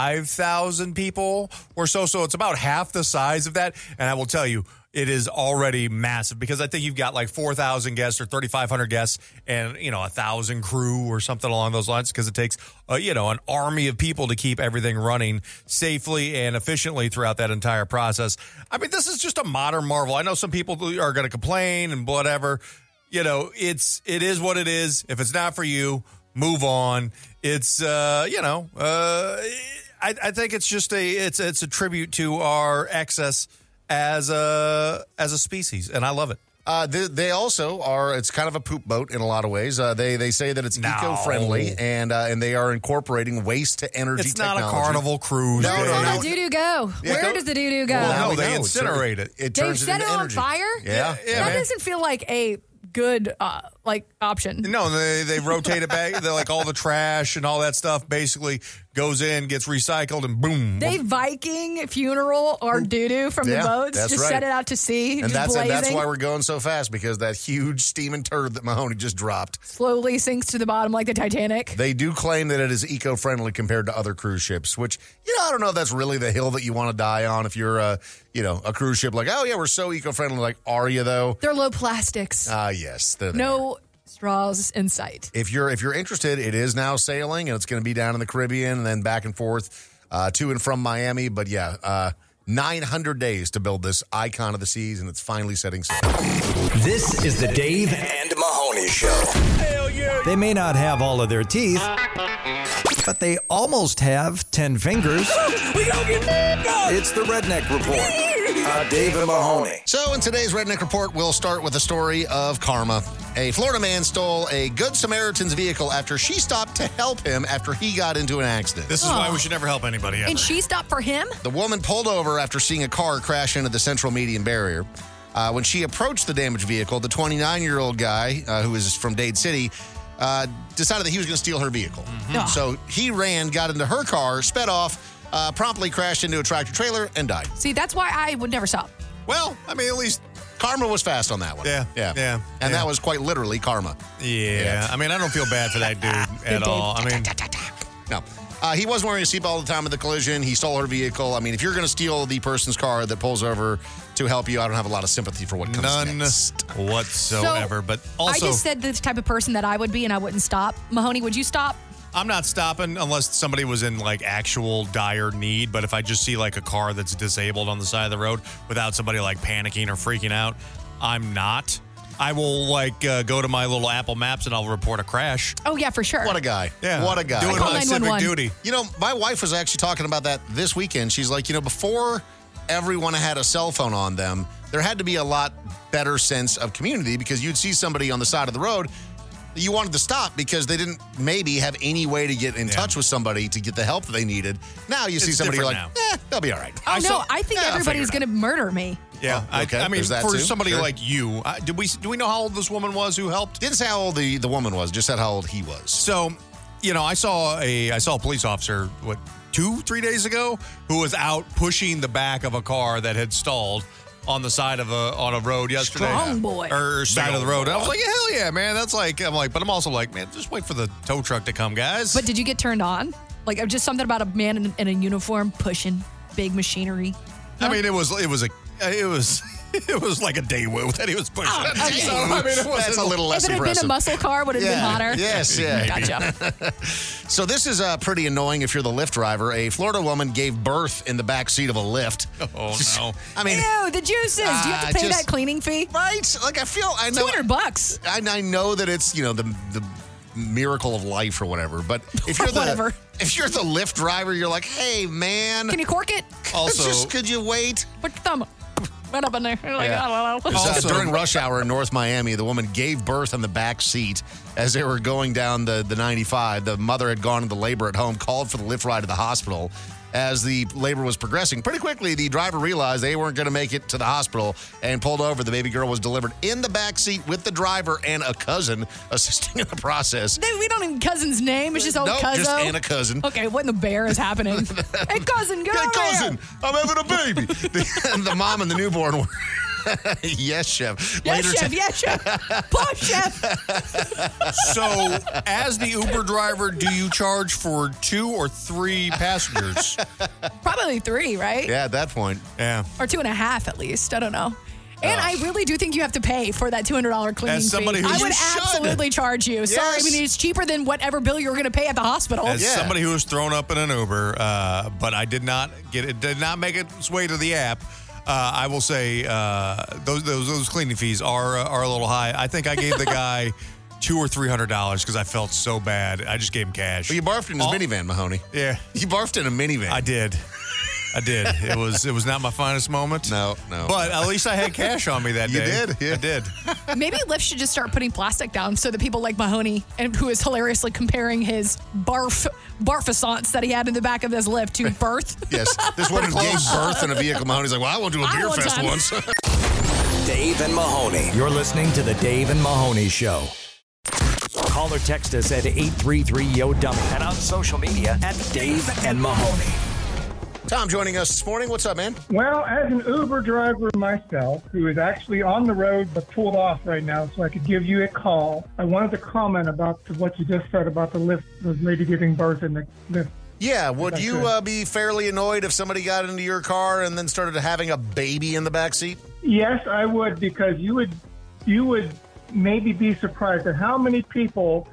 Speaker 4: 5,000 people or so. So it's about half the size of that. And I will tell you, it is already massive because I think you've got like 4,000 guests or 3,500 guests and, you know, a thousand crew or something along those lines because it takes, uh, you know, an army of people to keep everything running safely and efficiently throughout that entire process. I mean, this is just a modern marvel. I know some people are going to complain and whatever. You know, it's, it is what it is. If it's not for you, move on. It's, uh, you know, uh, I, I think it's just a, it's, it's a tribute to our excess as a as a species, and I love it.
Speaker 1: Uh, they, they also are. It's kind of a poop boat in a lot of ways. Uh, they they say that it's
Speaker 4: No.
Speaker 1: eco-friendly and uh, and they are incorporating waste to energy.
Speaker 4: It's not
Speaker 1: technology.
Speaker 4: a carnival cruise.
Speaker 1: No,
Speaker 4: Dave.
Speaker 1: no,
Speaker 3: Where
Speaker 1: no.
Speaker 3: does the doo doo go?
Speaker 1: Yeah,
Speaker 3: Where
Speaker 1: go-
Speaker 3: does the doo doo go?
Speaker 4: Well,
Speaker 1: Now
Speaker 4: no,
Speaker 1: we
Speaker 4: they
Speaker 1: know.
Speaker 4: incinerate it.
Speaker 1: It, it
Speaker 3: They've
Speaker 1: turns
Speaker 3: set
Speaker 1: into
Speaker 3: it on
Speaker 1: energy.
Speaker 3: fire.
Speaker 1: Yeah,
Speaker 4: Yeah,
Speaker 3: that
Speaker 4: man.
Speaker 3: doesn't feel like a good uh, like option.
Speaker 4: No, they they rotate it back. They're like all the trash and all that stuff basically goes in, gets recycled, and boom.
Speaker 3: They Viking funeral or doo doo from
Speaker 1: Yeah,
Speaker 3: the boats.
Speaker 1: that's
Speaker 3: Just
Speaker 1: right.
Speaker 3: set it out to sea,
Speaker 1: and
Speaker 3: just
Speaker 1: that's
Speaker 3: blazing.
Speaker 1: that's why we're going so fast because that huge steaming turd that Mahoney just dropped.
Speaker 3: slowly sinks to the bottom like the Titanic.
Speaker 1: They do claim that it is eco-friendly compared to other cruise ships, which you know I don't know if that's really the hill that you want to die on. If you're uh, you know a cruise ship like oh yeah we're so eco-friendly like are you though?
Speaker 3: They're low plastics.
Speaker 1: Ah yes, they're there.
Speaker 3: no straws in sight.
Speaker 1: if you're if you're interested, it is now sailing and it's going to be down in the Caribbean and then back and forth uh, to and from Miami. But yeah, uh, 900 days to build this icon of the seas, and it's finally setting sail.
Speaker 2: This is the Dave.
Speaker 10: And Mahoney Show.
Speaker 2: They may not have all of their teeth, but they almost have 10 fingers.
Speaker 10: We don't get It's the Redneck Report. Uh, Dave and Mahoney.
Speaker 1: So in today's Redneck Report, we'll start with the story of karma. A Florida man stole a Good Samaritan's vehicle after she stopped to help him after he got into an accident.
Speaker 4: This is why we should never help anybody. Ever.
Speaker 3: And she stopped for him?
Speaker 1: The woman pulled over after seeing a car crash into the central median barrier. Uh, when she approached the damaged vehicle, the 29 year old guy, uh, who is from Dade City, uh, decided that he was going to steal her vehicle. So he ran, got into her car, sped off, uh, promptly crashed into a tractor trailer, and died.
Speaker 3: See, that's why I would never stop.
Speaker 4: Well, I mean, at least
Speaker 1: Karma was fast on that one.
Speaker 4: Yeah,
Speaker 1: Yeah.
Speaker 4: yeah,
Speaker 1: And
Speaker 4: yeah.
Speaker 1: that was quite literally karma.
Speaker 4: yeah. I mean, I don't feel bad for that dude at all. I mean,
Speaker 1: No. Uh, he wasn't wearing a seatbelt at the time of the collision. He stole her vehicle. I mean, if you're going to steal the person's car that pulls over to help you, I don't have a lot of sympathy for what comes
Speaker 4: None
Speaker 1: next.
Speaker 4: whatsoever. but also,
Speaker 3: I just said the type of person that I would be, and I wouldn't stop. Mahoney, would you stop?
Speaker 4: I'm not stopping unless somebody was in like actual dire need. But if I just see like a car that's disabled on the side of the road without somebody like panicking or freaking out, I'm not. I will like uh, go to my little Apple Maps and I'll report a crash.
Speaker 3: Oh yeah, for sure.
Speaker 1: What a guy.
Speaker 4: Yeah.
Speaker 1: What a guy.
Speaker 4: Doing Call my civic 911. duty.
Speaker 1: You know, my wife was actually talking about that this weekend. She's like, you know, before everyone had a cell phone on them, there had to be a lot better sense of community because you'd see somebody on the side of the road that you wanted to stop because they didn't maybe have any way to get in touch with somebody to get the help that they needed. Now you see
Speaker 4: It's
Speaker 1: somebody, you're like,
Speaker 4: different
Speaker 1: eh, they'll be all right.
Speaker 3: Oh no, I think
Speaker 1: Yeah, I'll
Speaker 3: everybody's
Speaker 1: figure
Speaker 3: going to murder me.
Speaker 4: Yeah,
Speaker 1: Oh,
Speaker 4: I-
Speaker 1: okay.
Speaker 4: I, mean,
Speaker 1: There's that
Speaker 4: for
Speaker 1: too.
Speaker 4: somebody
Speaker 1: Sure.
Speaker 4: like you, I, did we do we know how old this woman was who helped?
Speaker 1: it out. Didn't say how old the, the woman was, just said how old he was.
Speaker 4: So, you know, I saw a I saw a police officer what two three days ago who was out pushing the back of a car that had stalled on the side of a on a road yesterday.
Speaker 3: Strong boy.
Speaker 4: or side
Speaker 1: Big
Speaker 4: of the road. And I was
Speaker 1: old
Speaker 4: like, hell yeah, man, that's like I'm like, but I'm also like, man, just wait for the tow truck to come, guys.
Speaker 3: But did you get turned on? Like just something about a man in, in a uniform pushing big machinery.
Speaker 4: I mean, it was it was a it was. It was like a Daewoo that he was pushing.
Speaker 3: Oh, okay.
Speaker 4: So, I mean, it wasn't
Speaker 1: That's a little less
Speaker 3: if it had
Speaker 1: impressive.
Speaker 3: been a muscle car, would it have
Speaker 1: Yeah.
Speaker 3: been hotter?
Speaker 1: Yes, yeah.
Speaker 3: Gotcha.
Speaker 1: So this is uh, pretty annoying if you're the Lyft driver. A Florida woman gave birth in the back seat of a Lyft.
Speaker 4: Oh no!
Speaker 1: I mean,
Speaker 3: Ew, the juices. Do you have
Speaker 1: Ah,
Speaker 3: to pay
Speaker 1: just-
Speaker 3: that cleaning fee?
Speaker 1: right? Like I feel I
Speaker 3: Two
Speaker 1: know
Speaker 3: hundred bucks.
Speaker 1: I, I know that it's you know the the miracle of life or whatever. But if you're the
Speaker 3: Whatever.
Speaker 1: if you're the Lyft driver, you're like, hey man,
Speaker 3: Can you cork it?
Speaker 4: Also,
Speaker 1: just could you wait?
Speaker 3: Put your thumb right up in there. You're Like,
Speaker 1: Yeah.
Speaker 3: I don't know.
Speaker 1: Because, uh,
Speaker 4: Also-
Speaker 1: during rush hour in North Miami, the woman gave birth on the back seat as they were going down the, the 95. The mother had gone into labor at home, called for the lift ride to the hospital. As the labor was progressing, pretty quickly the driver realized they weren't going to make it to the hospital and pulled over. The baby girl was delivered in the back seat with the driver and a cousin assisting in the process.
Speaker 3: They- we don't even cousin's name. It's just old
Speaker 1: nope,
Speaker 3: cousin.
Speaker 1: just and a cousin.
Speaker 3: Okay, what in the bear is happening? hey, cousin, get
Speaker 1: Hey,
Speaker 3: over here.
Speaker 1: cousin, I'm having a baby. the, the mom and the newborn were. yes, chef.
Speaker 3: Yes, chef. Yes, chef. Push, chef.
Speaker 4: so as the Uber driver, do you charge for two or three passengers?
Speaker 3: Probably three, right?
Speaker 1: yeah, at that point.
Speaker 4: Yeah.
Speaker 3: Or two and a half at least. I don't know. And I really do think you have to pay for that two hundred dollar cleaning
Speaker 4: As somebody
Speaker 3: fee.
Speaker 4: who-
Speaker 3: I
Speaker 4: You
Speaker 3: would
Speaker 1: should.
Speaker 3: absolutely charge you. Sorry, I
Speaker 1: Yes.
Speaker 3: mean it's cheaper than whatever bill you were going to pay at the hospital.
Speaker 4: As
Speaker 1: Yeah.
Speaker 4: somebody who was thrown up in an Uber, uh, but I did not get it, did not make its way to the app. Uh, I will say uh, those, those those cleaning fees are uh, are a little high. I think I gave the guy two or three hundred dollars because I felt so bad. I just gave him cash.
Speaker 1: Well, you barfed in his
Speaker 4: All-
Speaker 1: minivan, Mahoney.
Speaker 4: Yeah,
Speaker 1: You barfed in a minivan.
Speaker 4: I did. I did. It was it was not my finest moment.
Speaker 1: No, no.
Speaker 4: But at least I had cash on me that
Speaker 1: You
Speaker 4: day.
Speaker 1: did, yeah.
Speaker 4: I did.
Speaker 3: Maybe Lyft should just start putting plastic down so that people like Mahoney, and who is hilariously comparing his barf barfassance that he had in the back of his Lyft to birth.
Speaker 1: yes, this woman gave birth in a vehicle. Mahoney's like, well, I won't do a
Speaker 3: I
Speaker 1: beer
Speaker 3: won't
Speaker 1: fest
Speaker 3: time.
Speaker 1: once.
Speaker 10: Dave and Mahoney.
Speaker 2: You're listening to The Dave and Mahoney Show. Call or text us at 833 Yo Dummy and on social media at Dave and Mahoney.
Speaker 1: Tom joining us this morning. What's up, man?
Speaker 7: Well, as an Uber driver myself, who is actually on the road but pulled off right now, so I could give you a call, I wanted to comment about the- what you just said about the lift, the lady giving birth in the lift.
Speaker 1: Yeah, would you
Speaker 7: good.
Speaker 1: uh, be fairly annoyed if somebody got into your car and then started having a baby in the back seat?
Speaker 7: Yes, I would because you would, you would maybe be surprised at how many people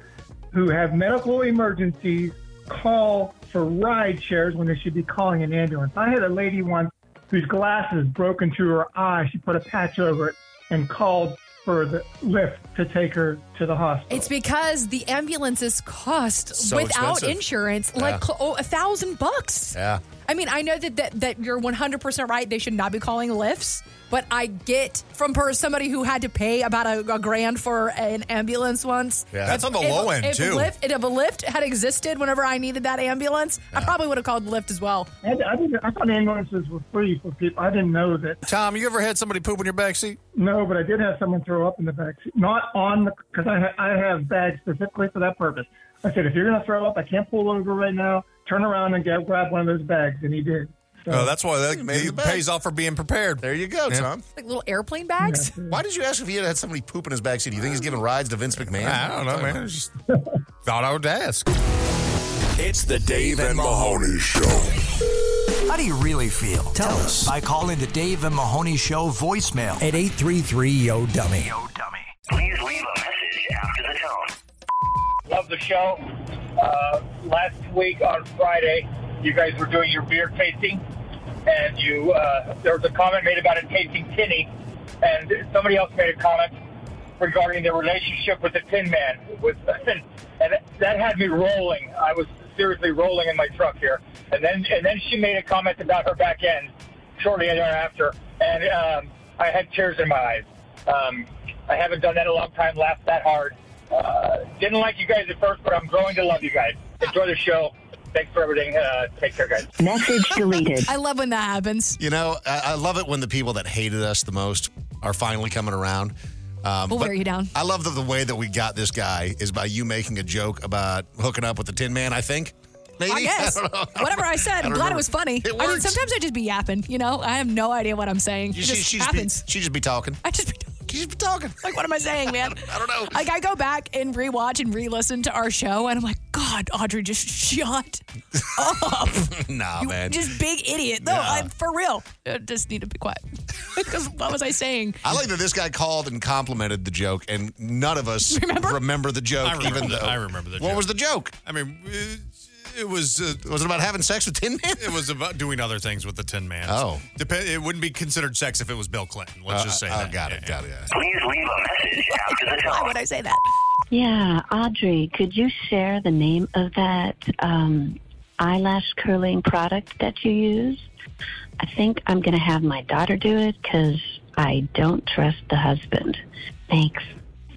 Speaker 7: who have medical emergencies call for ride shares when they should be calling an ambulance. I had a lady once whose glasses broke into her eye. She put a patch over it and called for the lift to take her to the hospital.
Speaker 3: It's because the ambulances cost
Speaker 1: So
Speaker 3: without
Speaker 1: expensive.
Speaker 3: insurance
Speaker 1: Yeah.
Speaker 3: like cl- oh, a thousand bucks.
Speaker 1: Yeah.
Speaker 3: I mean, I know that, that that you're 100% right. They should not be calling lifts, but I get from per somebody who had to pay about a, a grand for an ambulance once.
Speaker 1: Yeah.
Speaker 4: That's on the
Speaker 3: If-
Speaker 4: low end
Speaker 3: if
Speaker 4: too.
Speaker 3: Lyft, if a Lyft had existed whenever I needed that ambulance, I probably would have called Lyft as well.
Speaker 7: I, I, didn't, I thought ambulances were free for people. I didn't know that.
Speaker 4: Tom, you ever had somebody poop in your backseat?
Speaker 7: No, but I did have someone throw up in the back seat. Not on the, because I, ha- I have bags specifically for that purpose. I said, if you're going to throw up, I can't pull over right now. Turn around and get, grab one of those bags. And he did. So,
Speaker 4: Oh, that's why that
Speaker 1: Maybe the
Speaker 4: it
Speaker 1: back.
Speaker 4: pays off for being prepared.
Speaker 1: There you go, Tom.
Speaker 3: Like little airplane bags.
Speaker 1: Why did you ask if he had had somebody poop in his back seat? Do you think he's giving rides to Vince McMahon?
Speaker 4: I don't know, man. I just thought I would ask.
Speaker 2: It's the Dave and Mahoney Show. How do you really feel? Tell, us. by calling the Dave and Mahoney Show voicemail at 833 Yo Dummy.
Speaker 6: Please leave a message after the tone.
Speaker 11: Love the show. Uh, last week on Friday, you guys were doing your beer tasting, and you uh, there was a comment made about it tasting tinny, and somebody else made a comment regarding their relationship with the Tin Man. With and that had me rolling. I was seriously rolling in my truck here, and then and then she made a comment about her back end shortly thereafter, and um, I had tears in my eyes. Um, I haven't done that in a long time. Laughed that hard. Uh, didn't like you guys at first, but I'm growing to love you guys. Enjoy the show. Thanks for everything. Uh, take care, guys.
Speaker 5: Message deleted.
Speaker 3: I love when that happens.
Speaker 1: You know, I, I love it when the people that hated us the most are finally coming around. Um,
Speaker 3: We'll
Speaker 1: but
Speaker 3: wear you down.
Speaker 1: I love that the way that we got this guy is by you making a joke about hooking up with the Tin Man. I think. Maybe
Speaker 3: I guess.
Speaker 1: don't know. I don't
Speaker 3: Whatever I
Speaker 1: remember.
Speaker 3: said,
Speaker 1: don't
Speaker 3: I'm glad
Speaker 1: remember.
Speaker 3: it was funny.
Speaker 1: It
Speaker 3: I mean,
Speaker 1: worked.
Speaker 3: sometimes I just be yapping, you know? I have no idea what I'm saying. It
Speaker 1: She,
Speaker 3: just
Speaker 1: she, she, just be,
Speaker 3: happens.
Speaker 1: she just be talking.
Speaker 3: I just be talking. Like, what am I saying, man?
Speaker 1: I don't know.
Speaker 3: Like, I go back and rewatch and re listen to our show, and I'm like, God, Audrey just shut up.
Speaker 1: nah, man.
Speaker 3: Oh. just big idiot. No,
Speaker 1: Yeah.
Speaker 3: I'm for real. I just need to be quiet. Because what was I saying?
Speaker 1: I like that this guy called and complimented the joke, and none of us remember, the joke.
Speaker 4: I remember
Speaker 1: even
Speaker 4: the-
Speaker 1: though
Speaker 4: I remember the
Speaker 1: what
Speaker 4: joke.
Speaker 1: was the joke?
Speaker 4: I mean, it, it was. Uh,
Speaker 1: was it about having sex with Tin Man?
Speaker 4: It was about doing other things with the Tin Man.
Speaker 1: Oh.
Speaker 4: Dep- it wouldn't be considered sex if it was Bill Clinton. Let's
Speaker 1: Uh,
Speaker 4: just say
Speaker 1: uh,
Speaker 4: that.
Speaker 1: got it, got it.
Speaker 6: Please leave a message after the
Speaker 3: Why
Speaker 6: tone.
Speaker 3: would I say that?
Speaker 12: Yeah, Audrey, could you share the name of that um, eyelash curling product that you use? I think I'm going to have my daughter do it because I don't trust the husband. Thanks.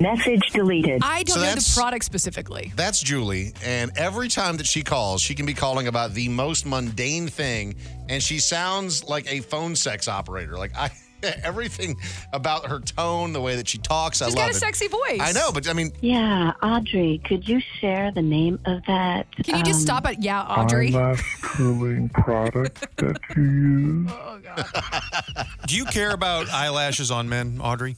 Speaker 5: Message deleted.
Speaker 3: I don't
Speaker 1: So
Speaker 3: know the
Speaker 1: that's-
Speaker 3: product specifically.
Speaker 1: That's Julie, and every time that she calls, she can be calling about the most mundane thing, and she sounds like a phone sex operator. Like I, everything about her tone, the way that she talks, I
Speaker 3: She's
Speaker 1: love
Speaker 3: got a
Speaker 1: it.
Speaker 3: sexy voice.
Speaker 1: I know, but I mean,
Speaker 12: Yeah, Audrey, could you share the name of that?
Speaker 3: Can you just
Speaker 12: um,
Speaker 3: stop at, yeah, Audrey?
Speaker 13: Eyelash curling product that you use.
Speaker 4: Do you care about eyelashes on men, Audrey?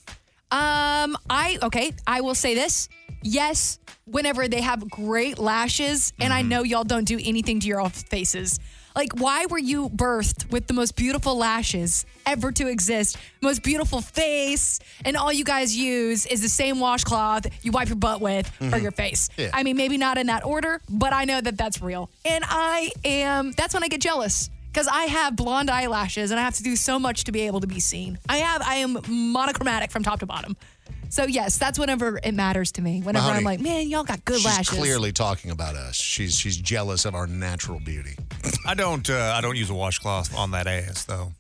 Speaker 3: Um, I okay. I will say this. Yes, whenever they have great lashes, and I know y'all don't do anything to your off faces. Like, why were you birthed with the most beautiful lashes ever to exist? Most beautiful face, and all you guys use is the same washcloth you wipe your butt with or
Speaker 14: Mhm.
Speaker 3: your face.
Speaker 14: Yeah.
Speaker 3: I mean, maybe not in that order, but I know that that's real. And I am, that's when I get jealous because I have blonde eyelashes and I have to do so much to be able to be seen. I have, I am monochromatic from top to bottom. So, yes, that's whenever it matters to me. Whenever
Speaker 1: Mahoney,
Speaker 3: I'm like, man, y'all got good
Speaker 1: she's
Speaker 3: lashes.
Speaker 1: clearly talking about us. She's she's jealous of our natural beauty.
Speaker 4: I don't. Uh, I don't use a washcloth on that ass though.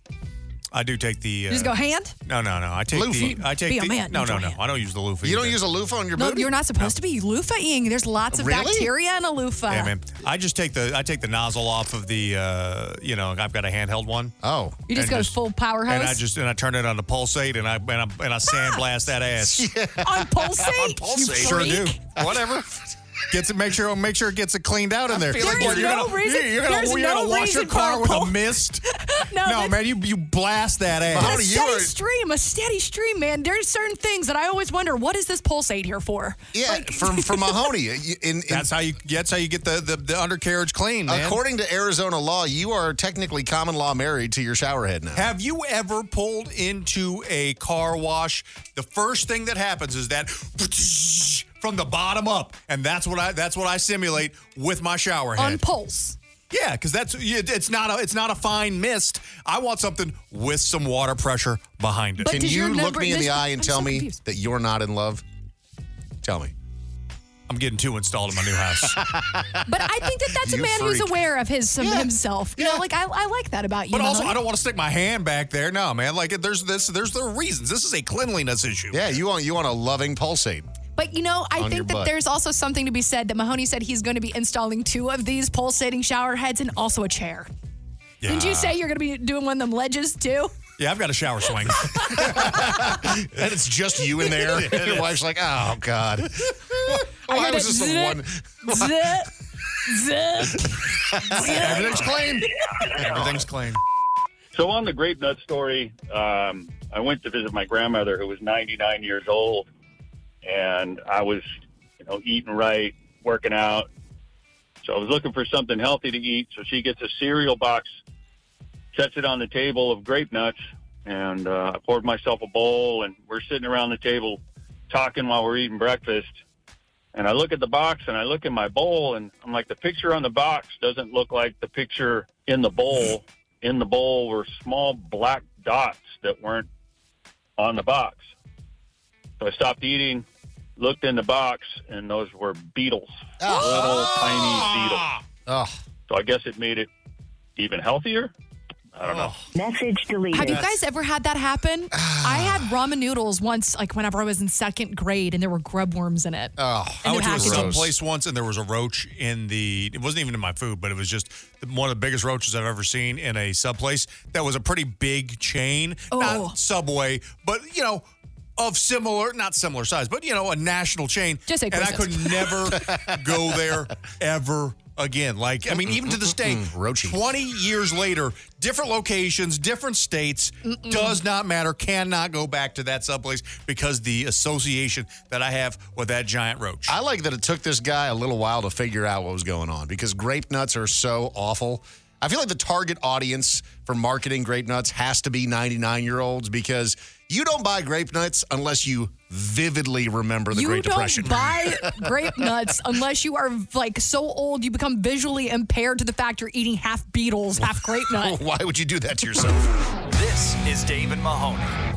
Speaker 4: I do take the.
Speaker 3: You
Speaker 4: Uh,
Speaker 3: just go hand?
Speaker 4: No, no, no. I take the.
Speaker 3: Loofah.
Speaker 4: I take
Speaker 3: Be a
Speaker 4: the,
Speaker 3: man,
Speaker 4: No,
Speaker 3: use
Speaker 4: no,
Speaker 3: your
Speaker 4: no. I don't use the loofah.
Speaker 1: You don't
Speaker 4: either.
Speaker 1: use a loofah on your
Speaker 3: No,
Speaker 1: booty?
Speaker 3: you're not supposed to be loofahing. There's lots of
Speaker 4: Really?
Speaker 3: bacteria in a loofah.
Speaker 4: Yeah, man. I just take the. I take the nozzle off of the. Uh, you know, I've got a handheld one.
Speaker 1: Oh.
Speaker 3: You just go full power hose.
Speaker 4: And I just and I turn it on to pulsate and I and I, and I sandblast that ass.
Speaker 3: on pulsate.
Speaker 4: on pulsate. Sure do. Whatever. Gets it. Make sure. Make sure it gets it cleaned out in there.
Speaker 3: feel like There's
Speaker 4: you're
Speaker 3: no
Speaker 4: gonna,
Speaker 3: reason-
Speaker 4: You're gonna,
Speaker 3: there's
Speaker 4: you're
Speaker 3: no
Speaker 4: gonna wash your
Speaker 3: reason for a
Speaker 4: car with
Speaker 3: pul-
Speaker 4: a mist.
Speaker 3: No,
Speaker 4: no
Speaker 3: that's-
Speaker 4: man. You you blast that ass.
Speaker 3: a steady stream, a steady stream, man. There's certain things that I always wonder, what is this pulsate here for?
Speaker 1: Yeah, from from Mahoney. You- In, in,
Speaker 4: That's how you. That's how you get the the, the undercarriage clean, man.
Speaker 1: according to Arizona law, you are technically common law married to your shower head now.
Speaker 4: Have you ever pulled into a car wash? The first thing that happens is that from the bottom up, and that's what I that's what I simulate with my shower head.
Speaker 3: On pulse.
Speaker 4: yeah, because that's you- it's not a it's not a fine mist. I want something with some water pressure behind it.
Speaker 1: Can you look me in the eye and tell me that you're not in love? Tell me.
Speaker 4: I'm getting two installed in my new house.
Speaker 3: But I think that that's a
Speaker 4: You
Speaker 3: man who's
Speaker 4: freak.
Speaker 3: aware of his himself. You know, like I, I like that about you.
Speaker 4: But also,
Speaker 3: Mahoney.
Speaker 4: I don't want to stick my hand back there. No, man. Like, there's this, there's the reasons. This is a cleanliness issue.
Speaker 1: Yeah, you want you want a loving pulsate.
Speaker 3: But you know, I
Speaker 1: On your
Speaker 3: think
Speaker 1: butt.
Speaker 3: that there's also something to be said that Mahoney said he's going to be installing two of these pulsating shower heads and also a chair. Didn't you say you're going to be doing one of them ledges too?
Speaker 4: Yeah, I've got a shower swing.
Speaker 1: and it's just you in there. Your wife's like, oh God. Why
Speaker 3: got
Speaker 1: was
Speaker 3: it.
Speaker 1: this the
Speaker 3: Zip,
Speaker 1: one?
Speaker 4: Everything's clean. Everything's clean.
Speaker 15: So on the grape nut story, um, I went to visit my grandmother who was 99 years old, and I was, you know, eating right, working out. So I was looking for something healthy to eat. So she gets a cereal box, sets it on the table of grape nuts, and uh, I poured myself a bowl. And we're sitting around the table talking while we're eating breakfast. And I look at the box and I look in my bowl, and I'm like, the picture on the box doesn't look like the picture in the bowl. In the bowl were small black dots that weren't on the box. So I stopped eating, looked in the box, and those were beetles. Little tiny beetles. So I guess it made it even healthier. I don't know.
Speaker 5: Message deleted.
Speaker 3: Have you guys ever had that happen? I had ramen noodles once, like whenever I was in second grade, and there were grub worms in it.
Speaker 4: Oh, I
Speaker 3: the
Speaker 4: went to
Speaker 3: packaging.
Speaker 4: some place once and there was a roach in the. It wasn't even in my food, but it was just one of the biggest roaches I've ever seen in a sub place. That was a pretty big chain,
Speaker 3: Oh.
Speaker 4: not Subway, but you know. Of similar, not similar size, but you know, a national chain.
Speaker 3: Just say
Speaker 4: and I could
Speaker 3: Chris's.
Speaker 4: never go there ever again. Like, I mean, even to this day, 20 years later, different locations, different states, does not matter, cannot go back to that sub place because the association that I have with that giant roach.
Speaker 1: I like that it took this guy a little while to figure out what was going on because grape nuts are so awful. I feel like the target audience for marketing grape nuts has to be 99 year olds because you don't buy grape nuts unless you vividly remember the
Speaker 3: you
Speaker 1: Great
Speaker 3: don't
Speaker 1: Depression.
Speaker 3: buy grape nuts unless you are like so old you become visually impaired to the fact you're eating half beetles, half grape nut.
Speaker 1: Why would you do that to yourself?
Speaker 2: This is Dave and Mahoney.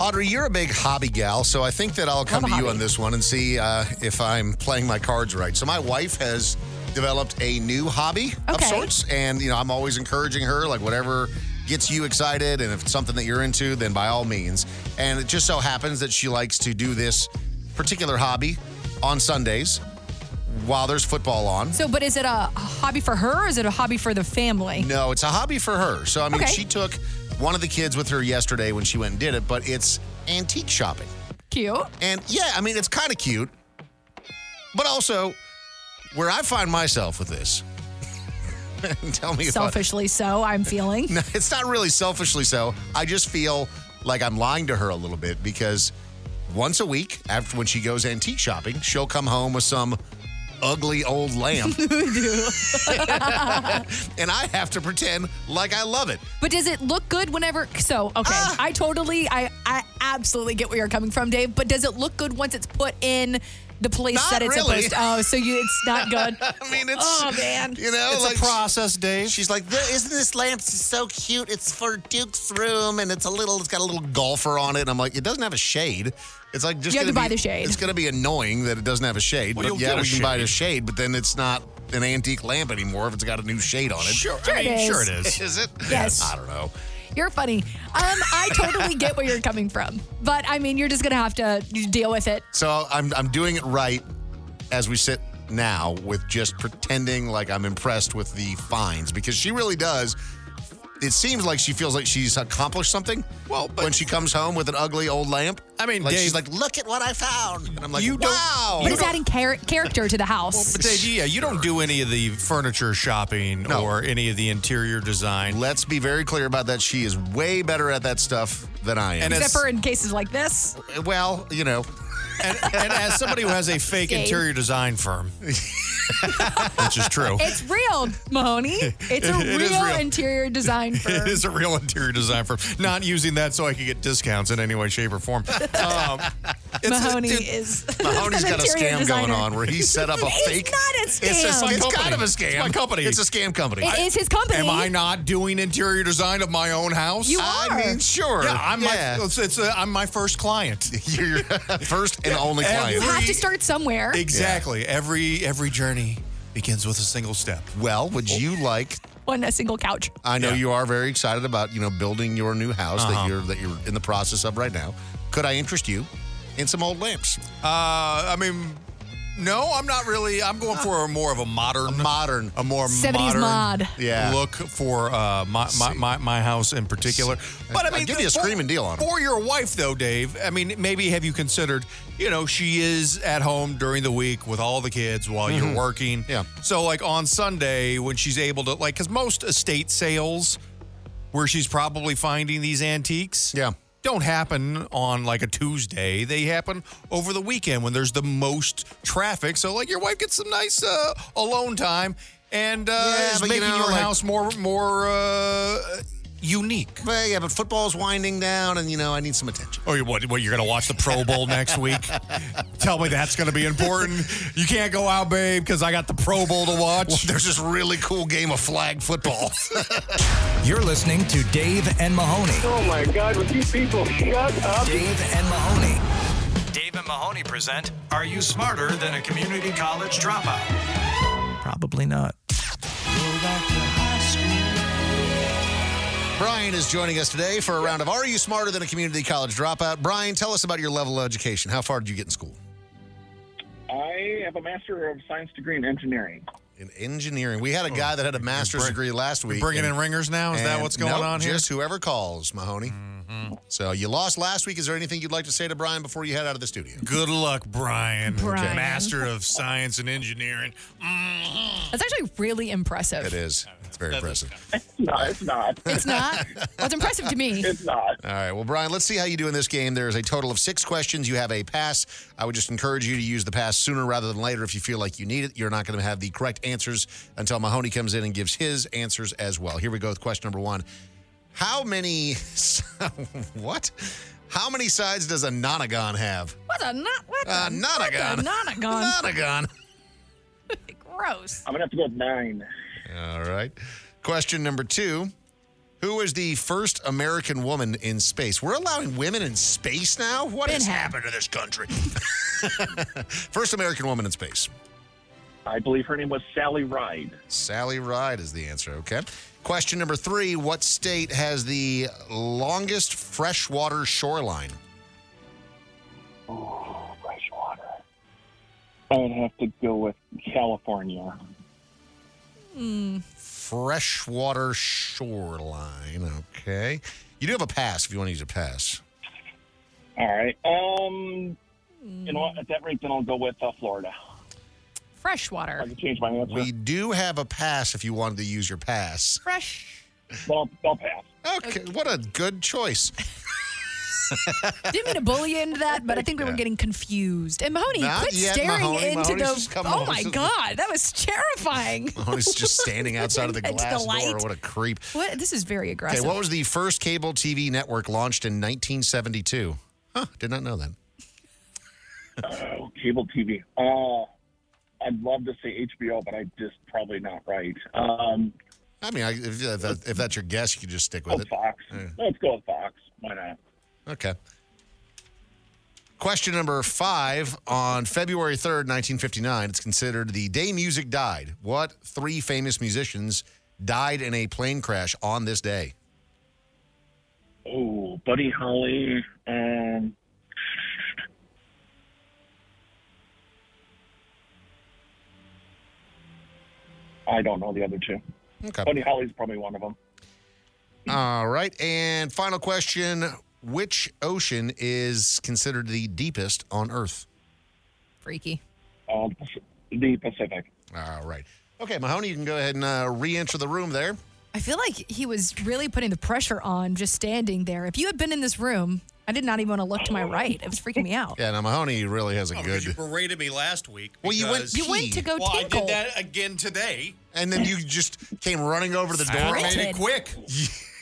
Speaker 1: Audrey, you're a big hobby gal, so I think that I'll come to you on this one and see uh, if I'm playing my cards right. So my wife has developed a new hobby of
Speaker 14: Okay.
Speaker 1: sorts, and you know I'm always encouraging her, like whatever gets you excited, and if it's something that you're into, then by all means. And it just so happens that she likes to do this particular hobby on Sundays while there's football on.
Speaker 3: So, but is it a hobby for her or is it a hobby for the family?
Speaker 1: No, it's a hobby for her. So I mean,
Speaker 3: Okay.
Speaker 1: she took one of the kids with her yesterday when she went and did it, but it's antique shopping.
Speaker 3: Cute.
Speaker 1: And yeah, I mean, it's kind of cute. But also, where I find myself with this, and tell me about it.
Speaker 3: Selfishly so, I'm feeling.
Speaker 1: No, it's not really selfishly so. I just feel like I'm lying to her a little bit because once a week, after when she goes antique shopping, she'll come home with some ugly old lamp. and I have to pretend like I love it.
Speaker 3: But does it look good whenever? So, okay,
Speaker 1: Ah!
Speaker 3: I totally, I, I absolutely get where you're coming from, Dave. But does it look good once it's put in the place
Speaker 1: Not
Speaker 3: that it's
Speaker 1: really.
Speaker 3: supposed? Oh, so you, it's not good.
Speaker 1: I mean, it's
Speaker 3: oh man,
Speaker 1: you know,
Speaker 4: It's a
Speaker 1: process, Dave. She's like, "Th- isn't this lamp so cute? It's for Duke's room, and it's a little, it's got a little golfer on it. And I'm like, it doesn't have a shade. It's like just
Speaker 3: You have to
Speaker 1: gonna
Speaker 3: buy
Speaker 1: be-
Speaker 3: the shade.
Speaker 1: It's gonna be annoying that it doesn't have a shade.
Speaker 4: Well,
Speaker 1: but
Speaker 4: you'll
Speaker 1: yeah,
Speaker 4: get
Speaker 1: we
Speaker 4: a
Speaker 1: can buy
Speaker 4: shade.
Speaker 1: the shade, but then it's not an antique lamp anymore if it's got a new shade on it.
Speaker 4: Sure, I Sure it mean, sure is. it is.
Speaker 1: is it?
Speaker 3: Yes.
Speaker 1: I don't know.
Speaker 3: You're funny. Um, I totally get where you're coming from, but I mean, you're just gonna have to deal with it.
Speaker 1: So I'm I'm doing it right as we sit now with just pretending like I'm impressed with the finds because she really does. It seems like she feels like she's accomplished something. Well, when she comes home with an ugly old lamp, I mean, like
Speaker 4: Dave-
Speaker 1: she's like, "Look at what I found," and I'm like,
Speaker 4: You don't-
Speaker 1: "Wow!"
Speaker 3: But it's adding char- character to the house.
Speaker 4: Oh. But Dave, yeah, you don't do any of the furniture shopping or any of the interior design.
Speaker 1: Let's be very clear about that. She is way better at that stuff than I am.
Speaker 4: And
Speaker 3: Except
Speaker 4: as,
Speaker 3: for in cases like this.
Speaker 1: well, you know,
Speaker 4: and, and as somebody who has a fake
Speaker 3: Dave.
Speaker 4: interior design firm, which is true.
Speaker 3: It's real, Mahoney. It's a
Speaker 4: It is
Speaker 3: real,
Speaker 4: real.
Speaker 3: interior design firm.
Speaker 4: It is a real interior design firm. Not using that so I could get discounts in any way, shape, or form. Um,
Speaker 3: Mahoney is.
Speaker 1: Mahoney's
Speaker 3: an
Speaker 1: got a
Speaker 3: interior
Speaker 1: scam
Speaker 3: designer.
Speaker 1: going on where he set up a
Speaker 3: It's
Speaker 1: fake.
Speaker 3: not a
Speaker 1: It's,
Speaker 3: scam.
Speaker 1: a,
Speaker 4: My
Speaker 1: it's
Speaker 4: company.
Speaker 1: kind of a
Speaker 4: It's
Speaker 1: scam.
Speaker 4: my company.
Speaker 1: It's a scam company.
Speaker 3: It is his company.
Speaker 4: Am I not doing interior design of my own house?
Speaker 3: You
Speaker 1: I
Speaker 3: are.
Speaker 1: mean, sure.
Speaker 4: Yeah, I'm
Speaker 1: Yeah.
Speaker 4: my it's, it's, uh, I'm my first client.
Speaker 1: You're your first and only
Speaker 3: You
Speaker 1: client.
Speaker 3: have to start somewhere.
Speaker 4: Exactly. Every every journey begins with a single step. Oh.
Speaker 1: Well, would you like?
Speaker 3: On a single couch.
Speaker 1: I know
Speaker 4: Yeah.
Speaker 1: you are very excited about you know building your new house
Speaker 4: Uh-huh.
Speaker 1: that you're that you're in the process of right now. Could I interest you in some old lamps?
Speaker 4: Uh, I mean, no, I'm not really. I'm going for a more of a modern,
Speaker 1: modern,
Speaker 4: a more
Speaker 3: 70s
Speaker 4: modern
Speaker 3: mod.
Speaker 1: Yeah.
Speaker 4: look for uh, my, my, my my house in particular. But I
Speaker 1: I'll
Speaker 4: mean,
Speaker 1: give you a
Speaker 4: for-
Speaker 1: screaming deal on it.
Speaker 4: for your wife though, Dave. I mean, maybe have you considered? You know, she is at home during the week with all the kids while you're working.
Speaker 1: Mm-hmm. Yeah.
Speaker 4: So like on Sunday when she's able to like, because most estate sales where she's probably finding these antiques.
Speaker 1: Yeah.
Speaker 4: don't happen on like a Tuesday. They happen over the weekend when there's the most traffic. So like your wife gets some nice uh, alone time and uh,
Speaker 1: Yeah,
Speaker 4: is
Speaker 1: but, you
Speaker 4: making
Speaker 1: know,
Speaker 4: your
Speaker 1: like-
Speaker 4: house more more uh, unique.
Speaker 1: Well, yeah, but football's winding down, and you know I need some attention.
Speaker 4: Oh, you- what, what? You're going to watch the Pro Bowl next week? Tell me that's going to be important. You can't go out, babe, because I got the Pro Bowl to watch.
Speaker 1: there's this really cool game of flag football.
Speaker 2: You're listening to Dave and Mahoney.
Speaker 14: Oh my God, would you people shut up?
Speaker 2: Dave and Mahoney. Dave and Mahoney present Are You Smarter Than a Community College Dropout? Probably not.
Speaker 1: Brian is joining us today for a round of Are You Smarter Than a Community College Dropout? Brian, tell us about your level of education. How far did you get in school?
Speaker 14: I have a Master of Science degree in engineering.
Speaker 1: In engineering. We had a guy that
Speaker 4: Oh,
Speaker 1: had a master's degree last week.
Speaker 4: bringing
Speaker 1: and-
Speaker 4: in ringers now? Is that
Speaker 1: and-
Speaker 4: what's going
Speaker 1: nope,
Speaker 4: on here? Mm-hmm.
Speaker 1: Just whoever calls, Mahoney. So you lost last week. Is there anything you'd like to say to Brian before you head out of the studio?
Speaker 4: Good luck, Brian.
Speaker 3: Brian.
Speaker 4: Master of Science and Engineering.
Speaker 3: That's actually really impressive.
Speaker 1: It is. It's very impressive.
Speaker 14: No, it's not.
Speaker 3: It's not. Well, it's impressive to me.
Speaker 14: It's not.
Speaker 1: All right. Well, Brian, let's see how you do in this game. There is a total of six questions. You have a pass. I would just encourage you to use the pass sooner rather than later if you feel like you need it. You're not going to have the correct answers until Mahoney comes in and gives his answers as well. Here we go with question number one. How many what? How many sides does a nonagon have?
Speaker 3: What a not. What a
Speaker 1: Uh, nonagon.
Speaker 3: What a nonagon.
Speaker 1: Nonagon.
Speaker 3: Gross.
Speaker 14: I'm gonna have to go with nine.
Speaker 1: All right. Question number two. Who was the first American woman in space? We're allowing women in space now? What has happened to this country? first American woman in space.
Speaker 14: I believe her name was Sally Ride.
Speaker 1: Sally Ride is the answer. Okay. Question number three What state has the longest freshwater shoreline?
Speaker 14: Oh, freshwater. I would have to go with California.
Speaker 1: Freshwater shoreline. Okay. You do have a pass if you want to use a pass.
Speaker 14: All right. Um,
Speaker 1: Mm.
Speaker 14: you know what? At that rate, then I'll go with uh, Florida. I
Speaker 3: Freshwater.
Speaker 14: can change my answer.
Speaker 1: We do have a pass if you wanted to use your pass.
Speaker 3: Fresh.
Speaker 14: Well, I'll pass.
Speaker 1: Okay. What a good choice.
Speaker 3: Didn't mean to bully you into that, but I think we were
Speaker 1: Yeah.
Speaker 3: getting confused. And Mahoney,
Speaker 1: Not
Speaker 3: quit
Speaker 1: yet,
Speaker 3: staring
Speaker 1: Mahoney.
Speaker 3: into
Speaker 1: Mahoney's just
Speaker 3: the.
Speaker 1: come
Speaker 3: Oh
Speaker 1: on.
Speaker 3: my God, that was terrifying.
Speaker 1: Mahoney's just standing outside of the
Speaker 3: Into the
Speaker 1: glass door.
Speaker 3: light.
Speaker 1: What a creep.
Speaker 3: What? This is very
Speaker 1: Okay,
Speaker 3: aggressive.
Speaker 1: what was the first cable TV network launched in 1972? Huh, did not know that.
Speaker 14: Oh, cable TV. Uh, I'd love to say HBO, but I just probably not right. Um,
Speaker 1: I mean, I, if, if, that, if that's your guess, you could just stick with
Speaker 14: oh,
Speaker 1: it.
Speaker 14: Fox.
Speaker 1: Yeah.
Speaker 14: Let's go with Fox. Why not?
Speaker 1: Okay. Question number five. On February 3rd, 1959, it's considered the day music died. What three famous musicians died in a plane crash on this day?
Speaker 14: Oh, Buddy Holly. Um, I don't know the other two.
Speaker 1: Okay.
Speaker 14: Buddy Holly's probably one of them.
Speaker 1: All right. And final question Which ocean is considered the deepest on Earth?
Speaker 3: Freaky.
Speaker 14: Uh, the Pacific.
Speaker 1: All right. Okay, Mahoney, you can go ahead and uh, re enter the room there.
Speaker 3: I feel like he was really putting the pressure on just standing there. If you had been in this room, I did not even want to look to my right. It was freaking me out.
Speaker 1: Yeah, now Mahoney really has a
Speaker 4: Oh, You
Speaker 1: good.
Speaker 4: berated me last week.
Speaker 1: Well, you went
Speaker 4: because-
Speaker 3: You went to go
Speaker 4: Well, I
Speaker 3: tinkle.
Speaker 4: did that again today.
Speaker 1: And then you just came running over to the door.
Speaker 4: I made it quick.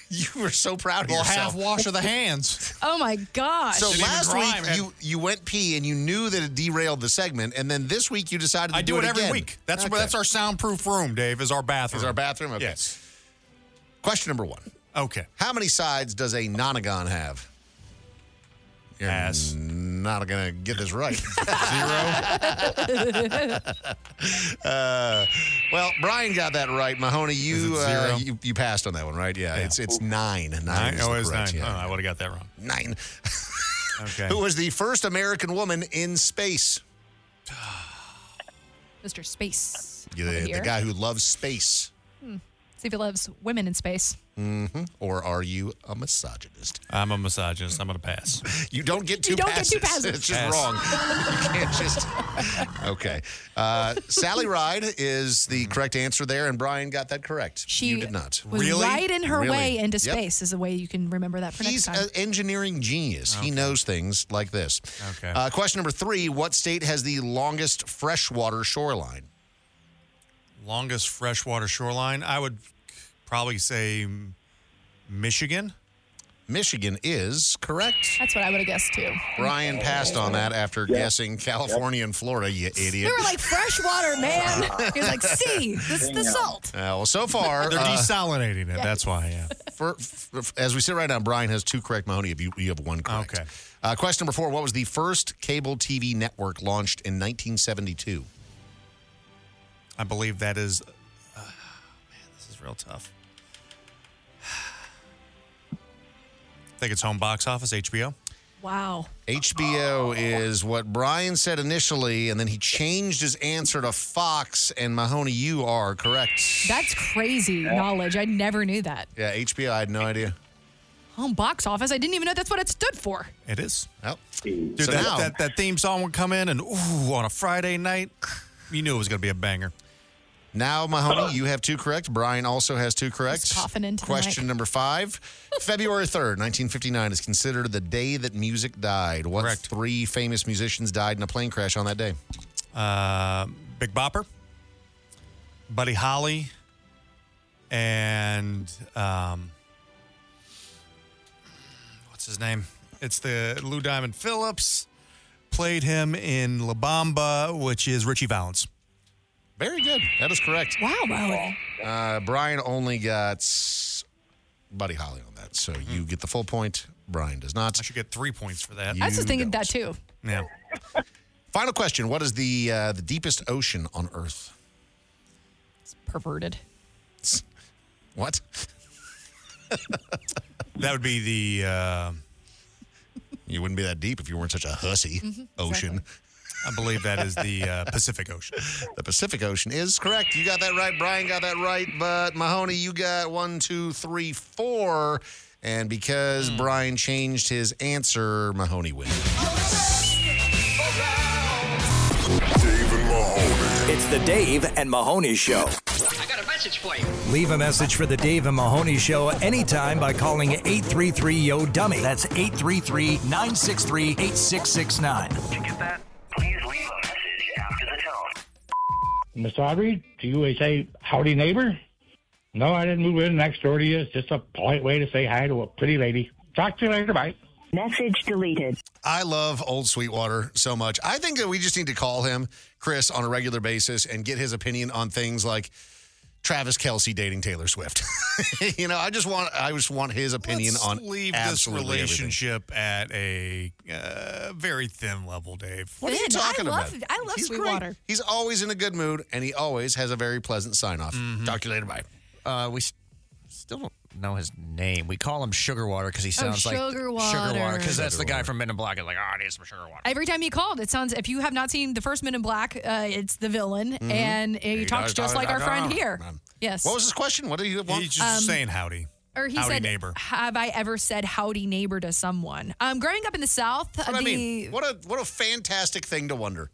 Speaker 1: You were so proud of
Speaker 4: Well,
Speaker 1: yourself.
Speaker 4: half wash of the hands.
Speaker 3: Oh my gosh.
Speaker 1: So
Speaker 4: Didn't even
Speaker 1: last
Speaker 4: rhyme.
Speaker 1: week you, you went pee and you knew that it derailed the segment, and then this week you decided to
Speaker 4: I do, it, every
Speaker 1: again.
Speaker 4: week. That's
Speaker 1: Okay.
Speaker 4: that's our soundproof room, Dave. Is our bathroom?
Speaker 1: Is our bathroom? Okay.
Speaker 4: Yes.
Speaker 1: Question number one:
Speaker 4: Okay.
Speaker 1: How many sides does a nonagon have? You're
Speaker 4: Ass.
Speaker 1: not gonna get this right.
Speaker 4: Zero.
Speaker 1: uh, well, Brian got that right. Mahoney, you,
Speaker 4: Is it
Speaker 1: uh,
Speaker 4: zero?
Speaker 1: you you passed on that one, right? Yeah, it's it's nine. Nine.
Speaker 4: nine.
Speaker 1: is
Speaker 4: Oh,
Speaker 1: the
Speaker 4: it's nine.
Speaker 1: correct, yeah.
Speaker 4: Oh, I would have got that wrong.
Speaker 1: Nine.
Speaker 4: Okay.
Speaker 1: Who was the first American woman in space?
Speaker 3: Mr. Space. Hmm.
Speaker 1: The,
Speaker 3: over
Speaker 1: the
Speaker 3: here.
Speaker 1: guy who loves space.
Speaker 3: See if he loves women in space.
Speaker 1: Mm-hmm. Or are you a misogynist?
Speaker 4: I'm a misogynist. I'm going to pass.
Speaker 1: You don't get two
Speaker 3: You don't get
Speaker 1: passes.
Speaker 3: two passes.
Speaker 1: it's just
Speaker 4: Pass.
Speaker 1: wrong. you can't just. Okay. Uh, Sally Ride is the correct answer there, and Brian got that correct.
Speaker 3: She
Speaker 1: you did not.
Speaker 3: was
Speaker 1: really?
Speaker 3: right in her
Speaker 1: Really?
Speaker 3: way into
Speaker 1: Yep.
Speaker 3: space is the way you can remember that for
Speaker 1: He's uh,
Speaker 3: next time.
Speaker 1: an engineering genius. He knows things like this.
Speaker 4: Okay.
Speaker 1: Uh, question number three What state has the longest freshwater shoreline?
Speaker 4: Longest freshwater shoreline, I would probably say mm, Michigan.
Speaker 1: Michigan is correct.
Speaker 3: That's what I would have guessed too.
Speaker 1: Brian passed on that after guessing California and Florida, you
Speaker 3: We
Speaker 1: idiot.
Speaker 3: were like fresh water, man. He was like, see, this is the salt.
Speaker 1: Uh, well, so far
Speaker 4: They're
Speaker 1: uh,
Speaker 4: desalinating it. That's why, yeah.
Speaker 1: for, for, as we sit right now, Brian has two correct. Mahoney, you, you have one correct. Okay. Uh, question number four: What was the first cable TV network launched in 1972?
Speaker 4: I believe that is. Uh, man, this is real tough. I think it's home box office, HBO.
Speaker 3: Wow.
Speaker 1: HBO is what Brian said initially, and then he changed his answer to Fox. And Mahoney, you are correct.
Speaker 3: That's crazy knowledge. I never knew that.
Speaker 1: Yeah, HBO. I had no idea.
Speaker 3: Home box office. I didn't even know that's what it stood for.
Speaker 4: It is.
Speaker 1: Well,
Speaker 4: Dude,
Speaker 1: so
Speaker 4: that,
Speaker 1: now-
Speaker 4: that, that theme song would come in, and ooh, on a Friday night, you knew it was going to be a banger.
Speaker 1: Now, Mahoney, you have two correct. Brian also has two correct.
Speaker 3: Just coughing into the
Speaker 1: Question number five. February 3rd, 1959 is considered the day that music died. What three famous musicians died in a plane crash on that day?
Speaker 4: Uh, Big Bopper, Buddy Holly, and um, what's his name? It's the Lou Diamond Phillips played him in La Bamba, which is Richie Valens.
Speaker 1: Very good. That is correct.
Speaker 3: Wow, Mahoney.
Speaker 1: Uh, Brian only got s- Buddy Holly on that, so you get the full point. Brian does not.
Speaker 4: Mm-hmm. I should get three points for that.
Speaker 3: I was just
Speaker 1: You
Speaker 3: thinking that too.
Speaker 4: Yeah.
Speaker 1: Final question. What is the uh, the deepest ocean on Earth?
Speaker 3: Perverted.
Speaker 1: What?
Speaker 4: That would be the. Uh,
Speaker 1: you wouldn't be that deep if you weren't such a hussy.
Speaker 4: Mm-hmm,
Speaker 1: Ocean.
Speaker 4: I believe that is the uh, Pacific Ocean.
Speaker 1: The Pacific Ocean is correct. You got that right. Brian got that right. But Mahoney, you got one, two, three, four. And because
Speaker 4: Hmm.
Speaker 1: Brian changed his answer, Mahoney wins.
Speaker 10: Dave and Mahoney. It's the Dave and Mahoney Show.
Speaker 16: I got a message for you.
Speaker 2: Leave a message for the Dave and Mahoney Show anytime by calling 833 Yo Dummy. That's 833 963 8669.
Speaker 7: Miss Audrey, do you always say howdy neighbor? No, I didn't move in next door to you. It's just a polite way to say hi to a pretty lady. Talk to you later. Bye.
Speaker 5: Message deleted.
Speaker 1: I love old Sweetwater so much. I think that we just need to call him, Chris, on a regular basis and get his opinion on things like Travis Kelsey dating Taylor Swift. you know, I just want I just want his opinion
Speaker 4: Let's
Speaker 1: on
Speaker 4: leave this
Speaker 1: absolutely everything.
Speaker 4: relationship at a uh, very thin level, Dave.
Speaker 1: What are you
Speaker 3: Thin. I
Speaker 1: talking
Speaker 3: love-
Speaker 1: about?
Speaker 3: I love
Speaker 1: He's great.
Speaker 3: Sweetwater.
Speaker 1: He's always in a good mood, and he always has a very pleasant sign off.
Speaker 4: Mm-hmm.
Speaker 1: Talk to you later. Bye.
Speaker 17: Uh, we s- still don't know his name. We call him Sugarwater because he sounds like
Speaker 3: Sugarwater.
Speaker 17: Sugarwater because that's the guy from Men in Black. It's like, oh, I need some Sugarwater.
Speaker 3: Every time he called, it sounds. If you have not seen the first Men in Black, uh, it's the villain,
Speaker 1: Mm-hmm.
Speaker 3: and he, talks just like our friend here. Yes.
Speaker 1: What was his question? What do you want?
Speaker 4: He's just
Speaker 3: Um,
Speaker 4: saying howdy.
Speaker 3: Or he
Speaker 4: howdy
Speaker 3: said,
Speaker 4: neighbor.
Speaker 3: "Have I ever said howdy neighbor to someone?" Um, growing up in the South,
Speaker 1: That's what
Speaker 3: the
Speaker 1: I mean, what a what a fantastic thing to wonder.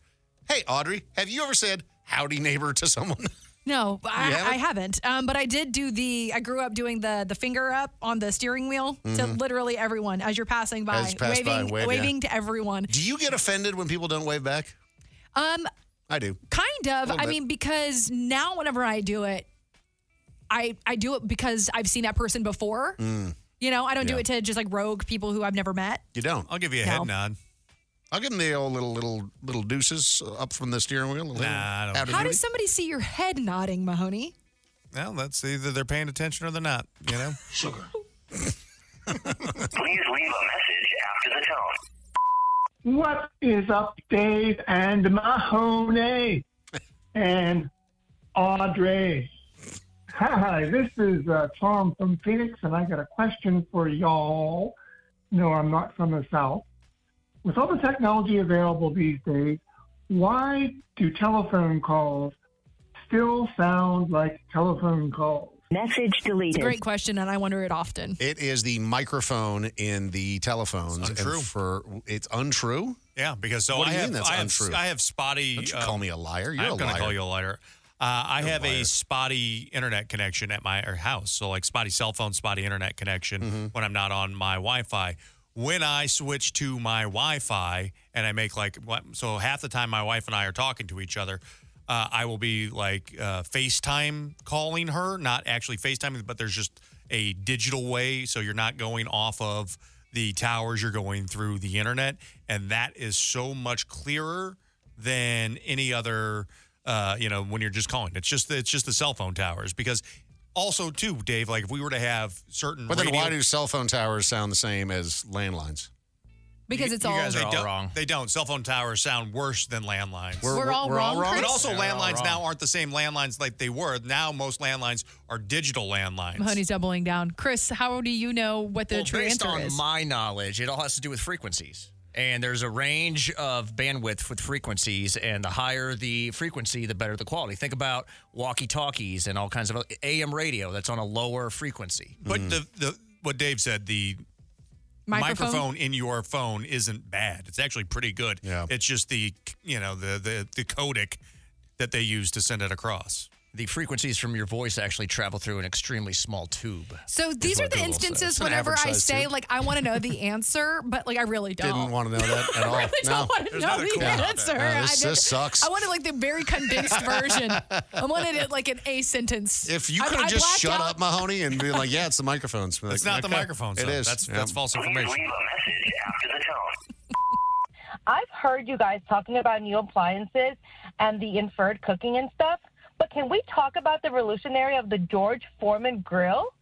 Speaker 1: Hey, Audrey, have you ever said "howdy neighbor" to someone?
Speaker 3: No, I,
Speaker 1: You haven't?
Speaker 3: I haven't. Um, but I did do the. I grew up doing the the finger up on the steering wheel to
Speaker 1: Mhm.
Speaker 3: literally everyone as you're passing by,
Speaker 1: As you pass
Speaker 3: waving,
Speaker 1: by, wave, yeah.
Speaker 3: waving to everyone.
Speaker 1: do you get offended when people don't wave back?
Speaker 3: Um,
Speaker 1: I do.
Speaker 3: kind of.
Speaker 1: Little
Speaker 3: I
Speaker 1: bit.
Speaker 3: mean, because now whenever I do it, I I do it because I've seen that person before.
Speaker 1: Mm,
Speaker 3: You know, I don't do
Speaker 1: Yeah.
Speaker 3: it to just like rogue people who I've never met.
Speaker 1: you don't.
Speaker 4: I'll give you a
Speaker 3: No.
Speaker 4: head nod.
Speaker 1: I'll give them the old little little little deuces up from the steering wheel. Nah, I
Speaker 3: How does somebody see your head nodding, Mahoney?
Speaker 4: Well, that's either they're paying attention or they're not, you know? Sugar.
Speaker 6: Please leave a message after the tone.
Speaker 7: What is up, Dave and Mahoney and Audrey? Hi, this is uh, Tom from Phoenix, and I got a question for y'all. No, I'm not from the South. With all the technology available these days, why do telephone calls still sound like telephone calls?
Speaker 5: Message
Speaker 3: It's a
Speaker 5: deleted.
Speaker 3: great question, and I wonder it often.
Speaker 1: It is the microphone in the telephones. and
Speaker 4: untrue.
Speaker 1: For it's untrue.
Speaker 4: Yeah, because so
Speaker 1: What
Speaker 4: I
Speaker 1: do you
Speaker 4: have,
Speaker 1: mean that's
Speaker 4: I have,
Speaker 1: untrue?
Speaker 4: I have spotty.
Speaker 1: Don't you call me a liar. You're
Speaker 4: I'm
Speaker 1: a
Speaker 4: gonna
Speaker 1: liar.
Speaker 4: call you a liar. Uh, I have
Speaker 1: liar.
Speaker 4: a spotty internet connection at my our house, so like spotty cell phone, spotty internet connection
Speaker 1: Mm-hmm.
Speaker 4: when I'm not on my Wi-Fi. When I switch to my Wi-Fi and I make like what, so half the time my wife and I are talking to each other. Uh, I will be like uh, FaceTime calling her, not actually FaceTiming, but there's just a digital way, so you're not going off of the towers, you're going through the internet, and that is so much clearer than any other uh, you know when you're just calling it's just it's just the cell phone towers because also too dave like if we were to have certain
Speaker 1: But then
Speaker 4: radio-
Speaker 1: why do cell phone towers sound the same as landlines?
Speaker 3: Because
Speaker 4: You-
Speaker 3: it's
Speaker 4: you
Speaker 3: all.
Speaker 4: guys are
Speaker 17: They
Speaker 4: all
Speaker 17: don't-
Speaker 4: wrong they don't cell phone towers sound worse than landlines
Speaker 3: We're- We're all we're all wrong, wrong? Chris?
Speaker 4: but also
Speaker 3: Yeah,
Speaker 17: we're all
Speaker 4: landlines
Speaker 17: wrong.
Speaker 4: now aren't the same landlines like they were now most landlines are digital landlines
Speaker 3: Mahoney's doubling down. Chris, how do you know what the
Speaker 17: well,
Speaker 3: true
Speaker 17: based
Speaker 3: answer
Speaker 17: on
Speaker 3: is?
Speaker 17: my knowledge, it all has to do with frequencies. And there's a range of bandwidth with frequencies, and the higher the frequency, the better the quality. Think about walkie talkies and all kinds of other- AM radio that's on a lower frequency.
Speaker 4: but
Speaker 1: Mm-hmm.
Speaker 4: the, the what dave said the
Speaker 17: Microphone?
Speaker 4: in your phone isn't bad it's actually pretty good yeah. it's just the you know the the, the codec that they use to send it across
Speaker 17: the frequencies from your voice actually travel through an extremely small tube.
Speaker 3: so these
Speaker 17: what
Speaker 3: are the
Speaker 17: Google says.
Speaker 3: instances
Speaker 17: It's an
Speaker 3: whenever I
Speaker 17: average-sized
Speaker 3: say
Speaker 17: tube.
Speaker 3: like I want to know the answer, but like I really don't.
Speaker 1: Didn't want to know that at all.
Speaker 3: I really
Speaker 1: No.
Speaker 3: don't want to know the answer.
Speaker 1: No,
Speaker 3: I
Speaker 1: this,
Speaker 3: did-
Speaker 1: this sucks.
Speaker 3: I wanted like the very condensed version. I wanted it like an a sentence.
Speaker 1: if you
Speaker 3: I-
Speaker 1: could
Speaker 3: I
Speaker 1: have just
Speaker 3: blacked
Speaker 1: shut
Speaker 3: out-
Speaker 1: up, Mahoney, and be like, "Yeah, it's the microphones." Be
Speaker 4: It's
Speaker 1: like,
Speaker 4: not the
Speaker 1: okay.
Speaker 4: microphones,
Speaker 1: It
Speaker 4: though.
Speaker 1: is.
Speaker 4: That's-
Speaker 1: Yeah.
Speaker 4: that's false Please information.
Speaker 6: Leave a message after the tone.
Speaker 16: I've heard you guys talking about new appliances and the inferred cooking and stuff, but can we talk about the revolutionary of the George Foreman grill?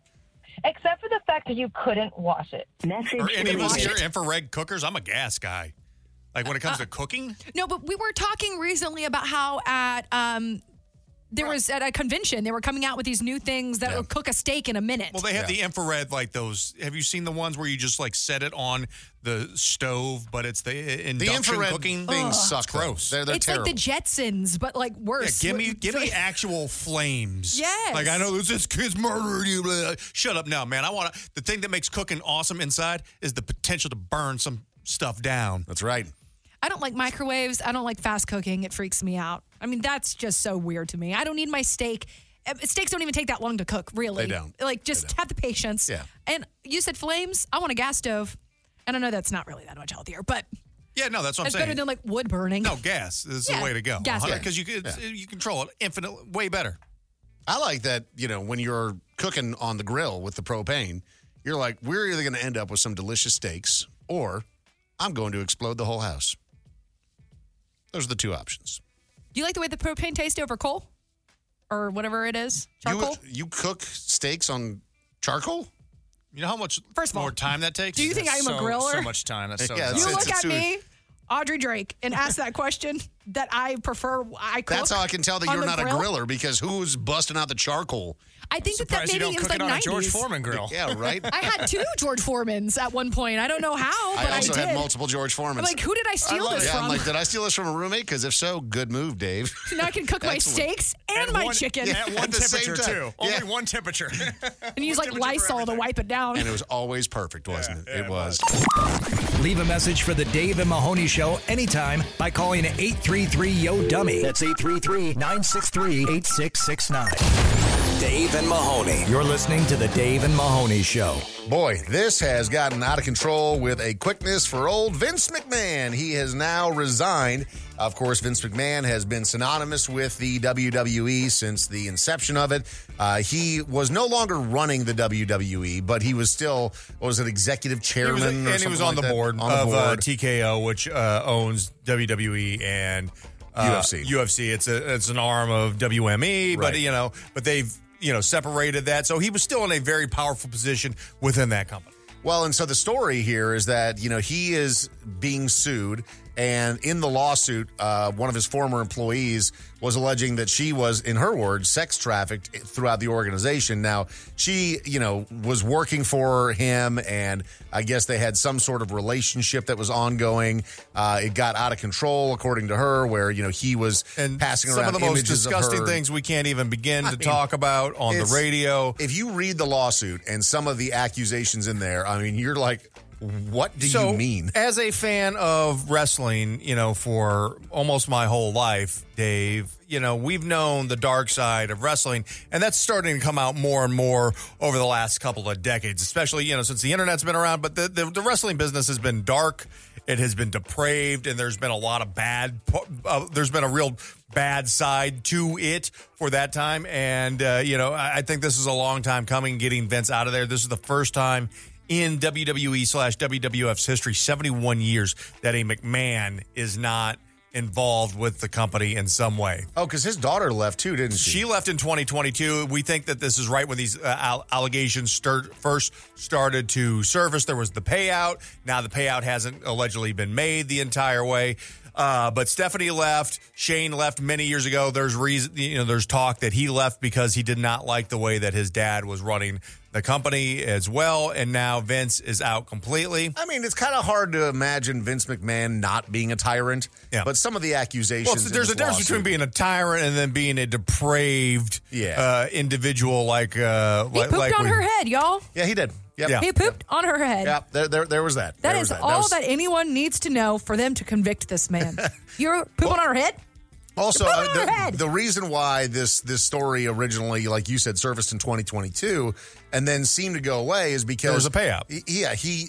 Speaker 16: Except for the fact that you couldn't wash it.
Speaker 4: Or any of us
Speaker 3: Watch
Speaker 4: here
Speaker 3: it.
Speaker 4: infrared cookers? I'm a gas guy. Like when it comes to cooking,
Speaker 3: No, but we were talking recently about how at um there was at a convention they were coming out with these new things that will cook a steak in a minute.
Speaker 4: well, they have the infrared like those. Have you seen the ones where you just like set it on the stove, but it's the i- induction
Speaker 1: The infrared
Speaker 4: cooking
Speaker 1: things
Speaker 4: It's
Speaker 1: suck. though.
Speaker 4: gross.
Speaker 1: They're, they're
Speaker 3: it's
Speaker 1: terrible.
Speaker 3: like the Jetsons, but like
Speaker 4: Yeah,
Speaker 3: worse.
Speaker 4: give me give me actual flames.
Speaker 3: Yes.
Speaker 4: Like I know this this kid's murdering you. blah, blah. Shut up now, man. I want to. The thing that makes cooking awesome inside is the potential to burn some stuff down.
Speaker 1: That's right.
Speaker 3: I don't like microwaves. I don't like fast cooking. It freaks me out. I mean, that's just so weird to me. I don't need my steak. Uh, Steaks don't even take that long to cook, really.
Speaker 1: They don't.
Speaker 3: Like, just have the patience.
Speaker 1: Yeah.
Speaker 3: And you said flames. I want a gas stove. And I know that's not really that much healthier, but
Speaker 4: Yeah, no, that's what
Speaker 3: it's
Speaker 4: I'm saying.
Speaker 3: better than like wood burning.
Speaker 4: no gas is
Speaker 3: Yeah,
Speaker 4: the way to go.
Speaker 3: gas burn.
Speaker 4: because you could,
Speaker 1: Yeah.
Speaker 4: you control it infinitely way better.
Speaker 1: I like that, you know, when you're cooking on the grill with the propane, you're like, we're either going to end up with some delicious steaks or I'm going to explode the whole house. Those are the two options.
Speaker 3: Do you like the way the propane tastes over coal or whatever it is? Charcoal?
Speaker 1: You, you cook steaks on charcoal?
Speaker 4: You know how much
Speaker 3: First of all,
Speaker 4: more time that takes?
Speaker 3: do you think I'm a
Speaker 17: so,
Speaker 3: griller?
Speaker 17: So much time. That's so
Speaker 1: Yeah,
Speaker 3: you
Speaker 17: exhausting.
Speaker 1: it's
Speaker 3: look
Speaker 1: a
Speaker 3: at
Speaker 1: suit.
Speaker 3: me, Audrey Drake, and ask that question that I prefer. I cook.
Speaker 1: That's how I can tell that
Speaker 3: on
Speaker 1: you're
Speaker 3: the
Speaker 1: not
Speaker 3: grill?
Speaker 1: a griller because who's busting out the charcoal?
Speaker 3: I think that, that
Speaker 17: Surprised
Speaker 3: maybe
Speaker 17: you don't
Speaker 3: it was
Speaker 17: cook
Speaker 3: like
Speaker 17: it
Speaker 3: 90s.
Speaker 17: on a George Foreman grill.
Speaker 1: Yeah, right?
Speaker 3: I had two George Foremans at one point. I don't know how, Oh, but
Speaker 1: I
Speaker 3: I,
Speaker 1: also
Speaker 3: did.
Speaker 1: had multiple George Foremans.
Speaker 3: I'm like, who did I steal
Speaker 1: love
Speaker 3: this
Speaker 1: it. yeah,
Speaker 3: from?
Speaker 1: I'm like, did I steal this from a roommate? Because if so, good move, Dave.
Speaker 3: now I can cook my
Speaker 1: Excellent.
Speaker 3: steaks and my
Speaker 17: one-
Speaker 3: chicken,
Speaker 17: At one
Speaker 1: At the same
Speaker 17: temperature,
Speaker 1: time.
Speaker 17: too.
Speaker 1: Yeah.
Speaker 17: Only one temperature.
Speaker 3: and use like Lysol to wipe it down.
Speaker 1: And it was always perfect, wasn't it? it was.
Speaker 2: Leave a message for the Dave and Mahoney Show anytime by calling 833 Yo Dummy. That's 833 963 8669. Dave and Mahoney. You're listening to the Dave and Mahoney Show.
Speaker 1: Boy, this has gotten out of control with a quickness for old Vince McMahon. He has now resigned. Of course, Vince McMahon has been synonymous with the WWE since the inception of it. Uh, he was no longer running the WWE, but he was still what was it executive
Speaker 4: He
Speaker 1: chairman,
Speaker 4: was,
Speaker 1: or
Speaker 4: and he
Speaker 1: something
Speaker 4: was on
Speaker 1: like
Speaker 4: the
Speaker 1: that?
Speaker 4: board
Speaker 1: on
Speaker 4: of
Speaker 1: the
Speaker 4: Uh,
Speaker 1: board.
Speaker 4: TKO, which uh, owns WWE and uh,
Speaker 1: UFC.
Speaker 4: UFC. It's a it's an arm of WME, but
Speaker 1: Right.
Speaker 4: you know, but they've you know separated that, so he was still in a very powerful position within that company.
Speaker 1: Well, and so the story here is that, you know, he is being sued And in the lawsuit, uh, one of his former employees was alleging that she was, in her words, sex trafficked throughout the organization. Now, she, you know, was working for him, and I guess they had some sort of relationship that was ongoing. Uh, it got out of control, according to her, where, you know, he was passing
Speaker 4: Some
Speaker 1: around
Speaker 4: of the most
Speaker 1: images of
Speaker 4: disgusting
Speaker 1: her.
Speaker 4: things we can't even begin to
Speaker 1: I mean,
Speaker 4: talk about on the
Speaker 1: it's-
Speaker 4: radio.
Speaker 1: If you read the lawsuit and some of the accusations in there, I mean, you're like, what do
Speaker 4: so,
Speaker 1: you mean?
Speaker 4: As a fan of wrestling, you know, for almost my whole life, Dave, you know, we've known the dark side of wrestling, and that's starting to come out more and more over the last couple of decades, especially, you know, since the internet's been around. But the, the, the wrestling business has been dark, it has been depraved, and there's been a lot of bad, po- uh, there's been a real bad side to it for that time. And, uh, you know, I, I think this is a long time coming, getting Vince out of there. This is the first time in WWE slash WWF's history, 71 years, that a McMahon is not involved with the company in some way.
Speaker 1: Oh, because his daughter left too, didn't she?
Speaker 4: She left in 2022. We think that this is right when these uh, al- allegations start, first started to surface. There was the payout. Now the payout hasn't allegedly been made the entire way. Uh, but Stephanie left. Shane left many years ago. There's reason, you know, there's talk that he left because he did not like the way that his dad was running the company as well. And now Vince is out completely.
Speaker 1: I mean, it's kind of hard to imagine Vince McMahon not being a tyrant. Yeah. But some of the accusations.
Speaker 4: Well, it's-
Speaker 1: in
Speaker 4: there's a
Speaker 1: this
Speaker 4: difference
Speaker 1: lawsuit-
Speaker 4: between being a tyrant and then being a depraved uh, individual like uh,
Speaker 3: He
Speaker 4: like,
Speaker 3: pooped
Speaker 4: like
Speaker 3: on
Speaker 4: we-
Speaker 3: her head, y'all.
Speaker 1: Yeah, he did. Yep.
Speaker 4: Yeah.
Speaker 3: He pooped on her head.
Speaker 1: Yeah, there, there, there was that.
Speaker 3: That
Speaker 1: There
Speaker 3: is
Speaker 1: was that.
Speaker 3: all
Speaker 1: was-
Speaker 3: that anyone needs to know for them to convict this man. You're pooping on her head?
Speaker 1: Also,
Speaker 3: You're
Speaker 1: I
Speaker 3: pooping
Speaker 1: mean,
Speaker 3: on her head.
Speaker 1: the, the reason why this this story originally, like you said, surfaced in 2022 and then seemed to go away is because
Speaker 4: There was a payout.
Speaker 1: Y- Yeah, he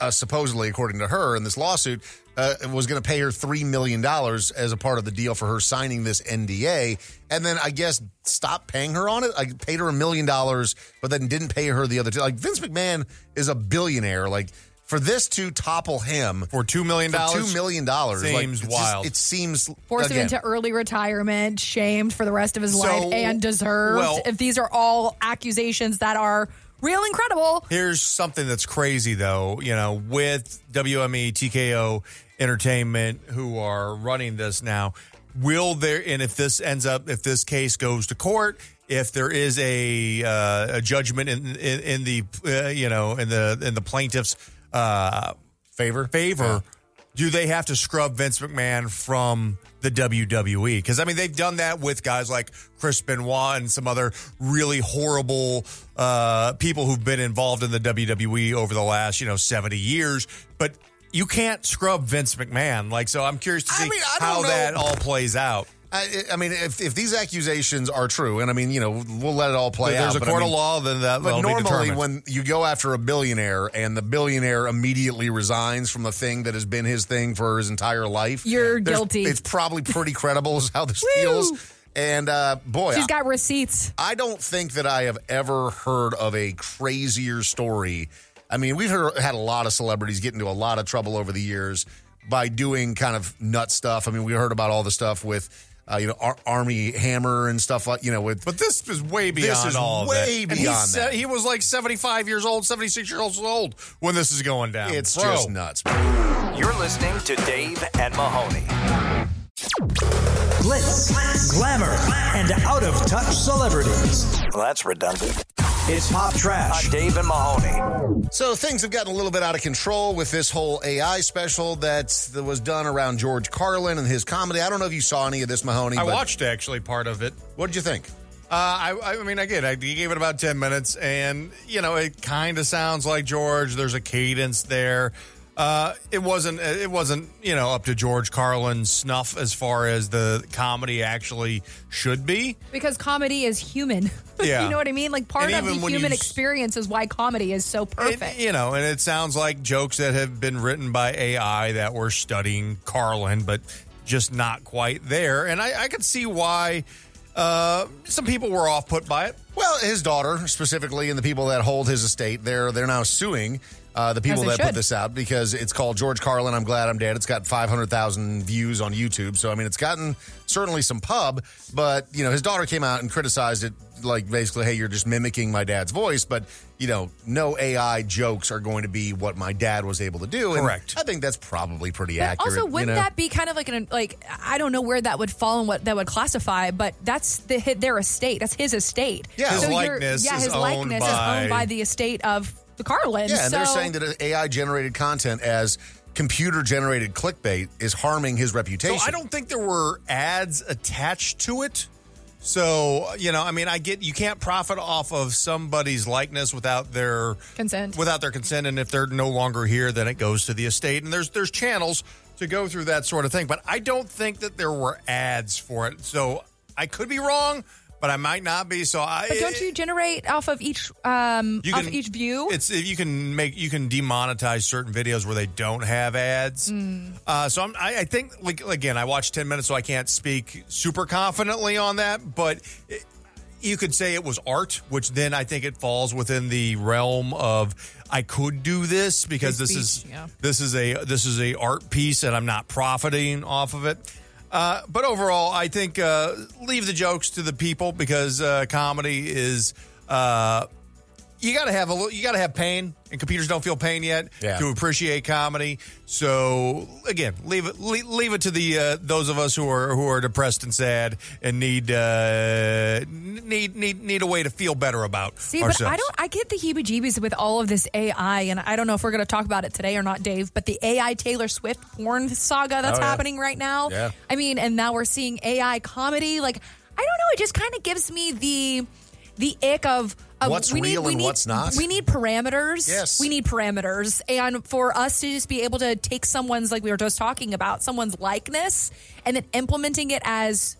Speaker 1: uh, supposedly, according to her in this lawsuit, uh, was going to pay her three million dollars as a part of the deal for her signing this NDA, and then I guess stopped paying her on it. I paid her a million dollars, but then didn't pay her the other two. Like Vince McMahon is a billionaire, like. For this to topple him
Speaker 4: for two million
Speaker 1: two million dollars
Speaker 4: Seems wild.
Speaker 1: it seems
Speaker 3: Force him
Speaker 1: again,
Speaker 3: into early retirement, shamed for the rest of his
Speaker 4: So,
Speaker 3: life, and deserved.
Speaker 4: well-
Speaker 3: if these are all accusations that are real and credible,
Speaker 4: Here's something that's crazy though, you know, with E, WME TKO Entertainment who are running this now, will there and if this ends up if this case goes to court, if there is a uh, a judgment in in, in the uh, you know, in the in the plaintiff's uh favor favor do they have to scrub Vince McMahon from the WWE? Because I mean, they've done that with guys like Chris Benoit and some other really horrible uh, people who've been involved in the WWE over the last you know seventy years, but. You can't scrub Vince McMahon, like so. I'm curious to see
Speaker 1: mean, I don't
Speaker 4: how
Speaker 1: know.
Speaker 4: that all plays out.
Speaker 1: I, I mean, if, if these accusations are true, and I mean, you know, we'll let it all play
Speaker 4: There's
Speaker 1: out.
Speaker 4: a
Speaker 1: but I
Speaker 4: court of
Speaker 1: mean-
Speaker 4: law, then that-
Speaker 1: But
Speaker 4: that'll be
Speaker 1: normally,
Speaker 4: determined.
Speaker 1: when you go after a billionaire and the billionaire immediately resigns from the thing that has been his thing for his entire life,
Speaker 3: You're
Speaker 1: there's-
Speaker 3: guilty.
Speaker 1: It's probably pretty credible is how this feels. And uh, boy,
Speaker 3: she's
Speaker 1: I-
Speaker 3: got receipts.
Speaker 1: I don't think that I have ever heard of a crazier story. I mean, we've heard, had a lot of celebrities get into a lot of trouble over the years by doing kind of nut stuff. I mean, we heard about all the stuff with, uh, you know, Ar- Army Hammer and stuff like, you know, with.
Speaker 4: But this is way
Speaker 1: This
Speaker 4: beyond
Speaker 1: is
Speaker 4: all of
Speaker 1: way
Speaker 4: that. And
Speaker 1: beyond
Speaker 4: he, said-
Speaker 1: that.
Speaker 4: he was like 75 years old, 76 years old when this is going down.
Speaker 1: It's
Speaker 4: Bro.
Speaker 1: just nuts.
Speaker 2: You're listening to Dave and Mahoney.
Speaker 18: Glitz, glamour, and out of touch celebrities.
Speaker 2: Well, that's redundant.
Speaker 18: It's pop trash.
Speaker 2: Dave and Mahoney.
Speaker 1: So things have gotten a little bit out of control with this whole AI special that's, that was done around George Carlin and his comedy. I don't know if you saw any of this, Mahoney.
Speaker 4: I
Speaker 1: but
Speaker 4: watched actually part of it.
Speaker 1: What did you think?
Speaker 4: Uh, I, I mean, again, I gave it about 10 minutes, and, you know, it kind of sounds like George. There's a cadence there. Uh, it wasn't, it wasn't, you know, up to George Carlin's snuff as far as the comedy actually should be.
Speaker 3: Because comedy is human.
Speaker 4: Yeah.
Speaker 3: you know what I mean? Like part
Speaker 4: And
Speaker 3: of the
Speaker 4: even when you
Speaker 3: human
Speaker 4: s-
Speaker 3: experience is why comedy is so perfect.
Speaker 4: You know, and it sounds like jokes that have been written by AI that were studying Carlin, but just not quite there. And I, I could see why uh, some people were off put by it.
Speaker 1: Well, his daughter specifically, and the people that hold his estate, they're they're now suing. uh, the
Speaker 3: As
Speaker 1: people
Speaker 3: they
Speaker 1: that put
Speaker 3: should.
Speaker 1: this out because it's called George Carlin. I'm glad I'm dead. It's got 500,000 views on YouTube. So I mean, it's gotten certainly some pub. But you know, his daughter came out and criticized it, like basically, hey, you're just mimicking my dad's voice. But you know, no AI jokes are going to be what my dad was able to do. And
Speaker 4: Correct.
Speaker 1: I think that's probably pretty
Speaker 3: But
Speaker 1: accurate.
Speaker 3: also,
Speaker 1: you
Speaker 3: wouldn't
Speaker 1: know?
Speaker 3: that be kind of like an like I don't know where that would fall and what that would classify, but that's the hi- their estate. That's his estate.
Speaker 1: Yeah. His
Speaker 3: you're-
Speaker 1: likeness
Speaker 3: yeah,
Speaker 1: is
Speaker 3: his
Speaker 1: owned
Speaker 3: likeness is
Speaker 1: by-
Speaker 3: owned by the estate of the Carlins.
Speaker 1: Yeah, and they're
Speaker 3: so-
Speaker 1: saying that AI generated content as computer generated clickbait is harming his reputation.
Speaker 4: So I don't think there were ads attached to it. So you know, I mean, I get you can't profit off of somebody's likeness without their
Speaker 3: consent.
Speaker 4: Without their consent, and if they're no longer here, then it goes to the estate. And there's there's channels to go through that sort of thing. But I don't think that there were ads for it. So I could be wrong, but I might not be. So I.
Speaker 3: But don't you generate off of each um
Speaker 4: You
Speaker 3: off
Speaker 4: can-
Speaker 3: each view?
Speaker 4: It's you can make you can demonetize certain videos where they don't have ads.
Speaker 3: Hmm.
Speaker 4: Uh, so I'm, I, I think like again, I watched ten minutes, so I can't speak super confidently on that. But it, you could say it was art, which then I think it falls within the realm of I could do this because this is
Speaker 3: Speech, yeah.
Speaker 4: this is a this is a art piece and I'm not profiting off of it. Uh, but overall, I think uh, leave the jokes to the people because uh, comedy is. Uh, you gotta have a little, you gotta have pain, and computers don't feel pain yet
Speaker 1: Yeah.
Speaker 4: to appreciate comedy. So again, leave it leave, leave it to the uh, those of us who are who are depressed and sad and need uh, need need need a way to feel better about
Speaker 3: See,
Speaker 4: ourselves.
Speaker 3: but I don't. I get the heebie-jeebies with all of this AI, and I don't know if we're going to talk about it today or not, Dave. But the AI Taylor Swift porn saga that's
Speaker 4: Oh, yeah.
Speaker 3: happening right now.
Speaker 4: Yeah.
Speaker 3: I mean, and now we're seeing AI comedy. Like, I don't know. It just kind of gives me the the ick of. of
Speaker 1: What's
Speaker 3: we
Speaker 1: real
Speaker 3: need, we
Speaker 1: and
Speaker 3: need,
Speaker 1: what's not?
Speaker 3: We need parameters.
Speaker 1: Yes.
Speaker 3: We need parameters. And for us to just be able to take someone's, like we were just talking about, someone's likeness and then implementing it as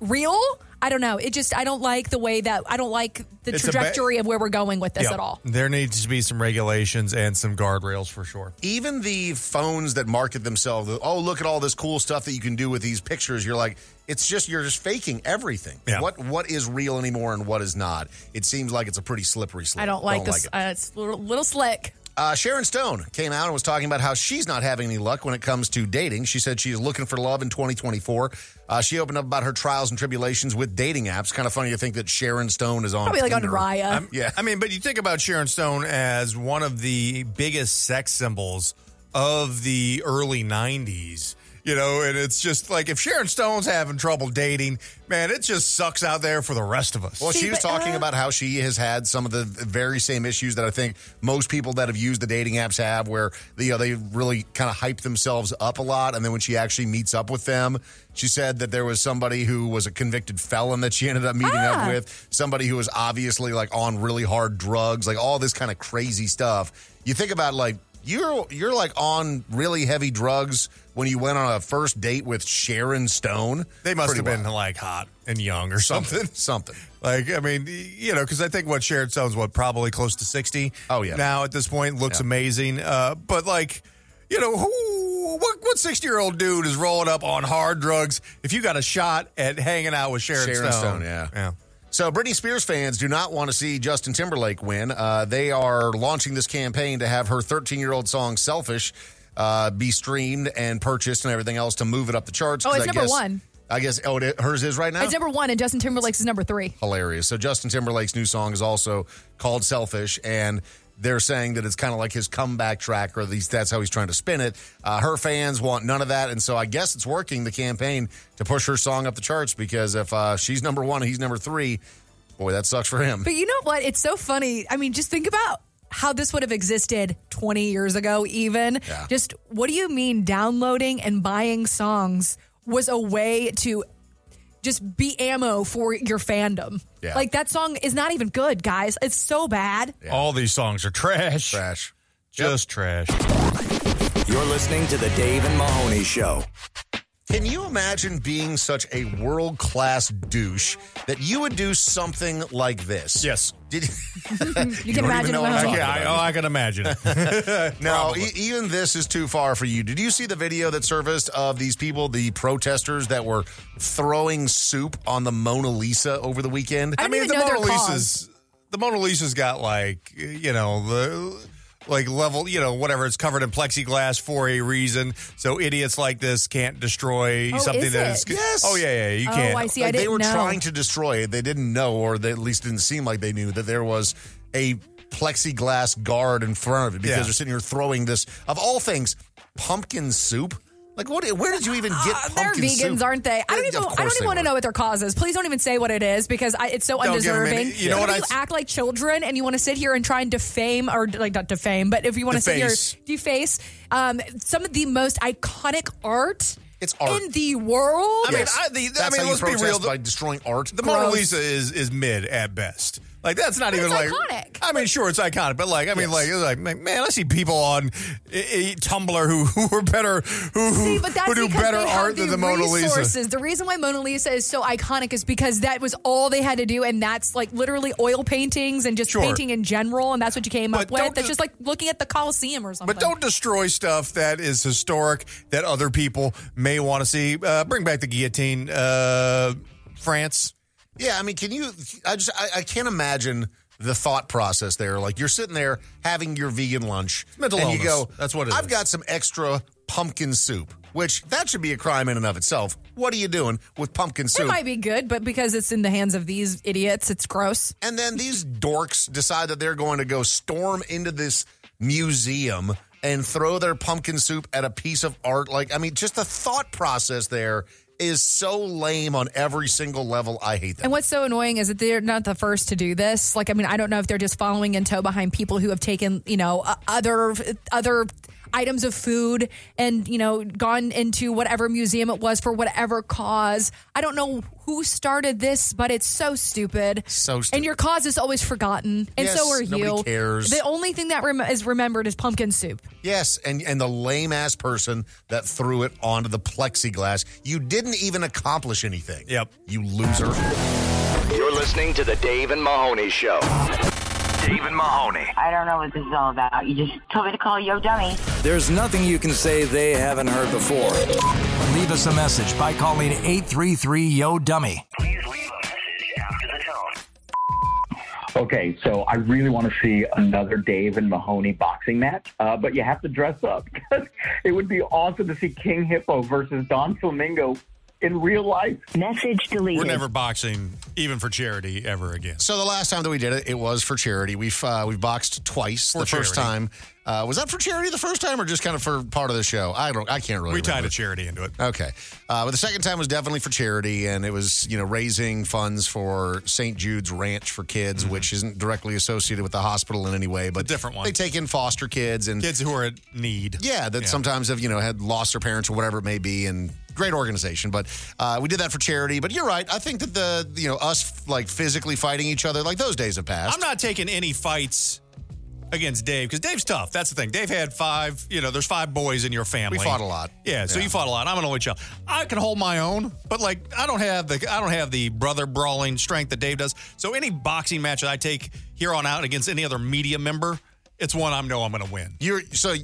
Speaker 3: real. I don't know. It just, I don't like the way that, I don't like the
Speaker 4: It's a ba-
Speaker 3: trajectory of where we're going with this
Speaker 4: Yeah.
Speaker 3: at all.
Speaker 4: There needs to be some regulations and some guardrails for sure.
Speaker 1: even the phones that market themselves, oh look at all this cool stuff that you can do with these pictures. You're like, it's just you're just faking everything.
Speaker 4: Yeah.
Speaker 1: What what is real anymore and what is not? It seems like it's a pretty slippery slope.
Speaker 3: I don't like
Speaker 1: it.
Speaker 3: this. uh, it's a little, little slick.
Speaker 1: Uh, Sharon Stone came out and was talking about how she's not having any luck when it comes to dating. She said she's looking for love in 2024. Uh, she opened up about her trials and tribulations with dating apps. Kind of funny to think that Sharon Stone is on
Speaker 3: Probably like on
Speaker 1: Tinder.
Speaker 3: Raya.
Speaker 4: I'm- yeah. I mean, but you think about Sharon Stone as one of the biggest sex symbols of the early 90s. You know, and it's just like if Sharon Stone's having trouble dating, man, it just sucks out there for the rest of us.
Speaker 1: Well, she was talking about how she has had some of the very same issues that I think most people that have used the dating apps have, where you know they really kind of hype themselves up a lot, and then when she actually meets up with them, she said that there was somebody who was a convicted felon that she ended up meeting up with, somebody who was obviously like on really hard drugs, like all this kind of crazy stuff. You think about like you're you're like on really heavy drugs when you went on a first date with Sharon Stone.
Speaker 4: They must
Speaker 1: Pretty
Speaker 4: have been like hot and young or something.
Speaker 1: Something.
Speaker 4: Like, I mean, you know, because I think what Sharon Stone's what probably close to sixty. Oh
Speaker 1: yeah.
Speaker 4: Now at this point, looks amazing. Uh, but like, you know, who what what sixty year old dude is rolling up on hard drugs? If you got a shot at hanging out with Sharon,
Speaker 1: Sharon Stone, yeah. So, Britney Spears fans do not want to see Justin Timberlake win. Uh, they are launching this campaign to have her 13 year old song Selfish uh, be streamed and purchased and everything else to move it up the charts.
Speaker 3: Oh,
Speaker 1: 'cause
Speaker 3: it's
Speaker 1: I
Speaker 3: number
Speaker 1: guess-
Speaker 3: one.
Speaker 1: I guess, oh, it, hers is right now?
Speaker 3: It's number one, and Justin Timberlake's is number three.
Speaker 1: hilarious. So Justin Timberlake's new song is also called Selfish and they're saying that it's kind of like his comeback track or at least that's how he's trying to spin it. Uh, her fans want none of that and so I guess it's working the campaign to push her song up the charts because if uh, she's number 1 and he's number 3, boy that sucks for him.
Speaker 3: But you know what? It's so funny. I mean, just think about how this would have existed 20 years ago, even.
Speaker 1: Yeah.
Speaker 3: Just what do you mean downloading and buying songs was a way to just be ammo for your fandom?
Speaker 4: Yeah.
Speaker 3: Like, that song is not even good, guys. It's so bad.
Speaker 4: All these songs are trash.
Speaker 1: Trash.
Speaker 4: Just trash.
Speaker 2: You're listening to the Dave and Mahoney Show.
Speaker 1: Can you imagine being such a world class douche that you would do something like this? Yes. Did
Speaker 3: You
Speaker 1: don't even
Speaker 3: can imagine
Speaker 1: know
Speaker 3: what
Speaker 1: what I'm
Speaker 3: I'm
Speaker 1: talking
Speaker 4: Yeah, I,
Speaker 1: about.
Speaker 4: oh, I can imagine. it.
Speaker 1: No, e- even this is too far for you. Did you see the video that surfaced of these people, the protesters that were throwing soup on the Mona Lisa over the weekend?
Speaker 4: I, mean,
Speaker 3: even
Speaker 4: the
Speaker 3: know their
Speaker 4: Mona
Speaker 3: cause.
Speaker 4: Lisa's the Mona Lisa's got like you know the like level, you know, whatever. It's covered in plexiglass for a reason, so idiots like this can't destroy
Speaker 3: Oh,
Speaker 4: something
Speaker 3: is it?
Speaker 4: that is.
Speaker 3: Yes.
Speaker 4: Oh yeah, yeah. You
Speaker 3: Oh,
Speaker 4: can't.
Speaker 3: I see. I
Speaker 4: Like,
Speaker 1: they
Speaker 3: didn't
Speaker 1: were
Speaker 3: know.
Speaker 1: trying to destroy it. They didn't know, or they at least didn't seem like they knew that there was a plexiglass guard in front of it because
Speaker 4: Yeah.
Speaker 1: they're sitting here throwing this of all things pumpkin soup. Like what? Where did you even get?
Speaker 3: Uh,
Speaker 1: Pumpkin
Speaker 3: they're vegans,
Speaker 1: soup?
Speaker 3: aren't they? I don't
Speaker 1: Of
Speaker 3: even. I
Speaker 1: course
Speaker 3: don't
Speaker 1: they
Speaker 3: even want to
Speaker 1: were.
Speaker 3: know what their cause is. Please don't even say what it is because I, it's so
Speaker 1: Don't give 'em
Speaker 3: undeserving.
Speaker 1: any- you know
Speaker 3: But
Speaker 1: what
Speaker 3: if
Speaker 1: I-
Speaker 3: you act like children and you want to sit here and try and defame or like not defame, but if you want to sit here
Speaker 1: Deface.
Speaker 3: deface um, some of the most iconic art.
Speaker 1: It's art.
Speaker 3: in the world.
Speaker 4: I mean, I, the,
Speaker 1: That's
Speaker 4: I mean,
Speaker 1: how you
Speaker 4: let's be
Speaker 1: protest
Speaker 4: real.
Speaker 1: by destroying art.
Speaker 4: The Mona
Speaker 1: Gross.
Speaker 4: Lisa is is mid at best. Like that's not
Speaker 3: But
Speaker 4: even
Speaker 3: it's
Speaker 4: like
Speaker 3: iconic.
Speaker 4: I mean, sure, it's iconic, but like I mean, like it's like man, I see people on i- i- Tumblr who who are better who
Speaker 3: See,
Speaker 4: who,
Speaker 3: but that's
Speaker 4: who do
Speaker 3: because
Speaker 4: better
Speaker 3: they have
Speaker 4: art than the Mona
Speaker 3: resources.
Speaker 4: Lisa.
Speaker 3: The reason why Mona Lisa is so iconic is because that was all they had to do, and that's like literally oil paintings and just
Speaker 4: Sure.
Speaker 3: painting in general, and that's what you came up with. That's just like looking at the Colosseum or something.
Speaker 4: But don't destroy stuff that is historic that other people may want to see. Uh, bring back the guillotine, uh, France.
Speaker 1: Yeah, I mean, can you? I just I, I can't imagine the thought process there. Like you're sitting there having your vegan lunch,
Speaker 4: mental
Speaker 1: and you
Speaker 4: illness.
Speaker 1: go,
Speaker 4: That's what it
Speaker 1: I've
Speaker 4: is."
Speaker 1: got some extra pumpkin soup, which that should be a crime in and of itself. What are you doing with pumpkin
Speaker 3: It
Speaker 1: soup?
Speaker 3: might be good, but because it's in the hands of these idiots, it's gross.
Speaker 1: And then these dorks decide that they're going to go storm into this museum and throw their pumpkin soup at a piece of art. Like, I mean, just the thought process there is so lame on every single level. I hate that.
Speaker 3: And what's so annoying is that they're not the first to do this. Like, I mean, I don't know if they're just following in tow behind people who have taken, you know, o- other other items of food and you know gone into whatever museum it was for whatever cause. I don't know who started this, but it's so stupid.
Speaker 1: So
Speaker 3: And your cause is always forgotten, and
Speaker 1: Yes,
Speaker 3: so are
Speaker 1: nobody
Speaker 3: you.
Speaker 1: cares.
Speaker 3: The only thing that rem- is remembered is pumpkin soup.
Speaker 1: Yes, and and the lame ass person that threw it onto the plexiglass. You didn't even accomplish anything. Yep. You loser.
Speaker 6: You're listening to the Dave and Mahoney Show. Dave and Mahoney.
Speaker 5: I don't know what this is all about. You just told me to call Yo Dummy.
Speaker 10: There's nothing you can say they haven't heard before.
Speaker 2: Leave us a message by calling 833 Yo Dummy.
Speaker 8: Okay, so I really want to see another Dave and Mahoney boxing match, uh, but you have to dress up because it would be awesome to see King Hippo versus Don Flamingo in real life.
Speaker 5: Message deleted.
Speaker 4: We're never boxing, even for charity, ever again.
Speaker 1: So the last time that we did it, it was for charity. We've uh, we've boxed twice. the first time
Speaker 4: charity.
Speaker 1: uh, was that for charity the first time, or just kind of for part of the show? I don't. I can't really.
Speaker 4: we tied
Speaker 1: remember.
Speaker 4: a charity into it.
Speaker 1: Okay, uh, but the second time was definitely for charity, and it was you know raising funds for St. Jude's Ranch for kids,
Speaker 4: Mm-hmm.
Speaker 1: which isn't directly associated with the hospital in any way, but different one. They take in foster kids and
Speaker 4: Kids who are at need.
Speaker 1: Yeah, that sometimes have you know had lost their parents or whatever it may be, and great organization. But uh, we did that for charity. But you're right. I think that the you know us like physically fighting each other like those days have passed.
Speaker 4: I'm not taking any fights against Dave because Dave's tough. That's the thing. Dave had five. You know, there's five boys in your family.
Speaker 1: We fought a lot.
Speaker 4: Yeah, so
Speaker 1: Yeah.
Speaker 4: you fought a lot. I'm an only child. I can hold my own, but like I don't have the I don't have the brother brawling strength that Dave does. So any boxing match that I take here on out against any other media member, it's one I know I'm going to win.
Speaker 1: You're so.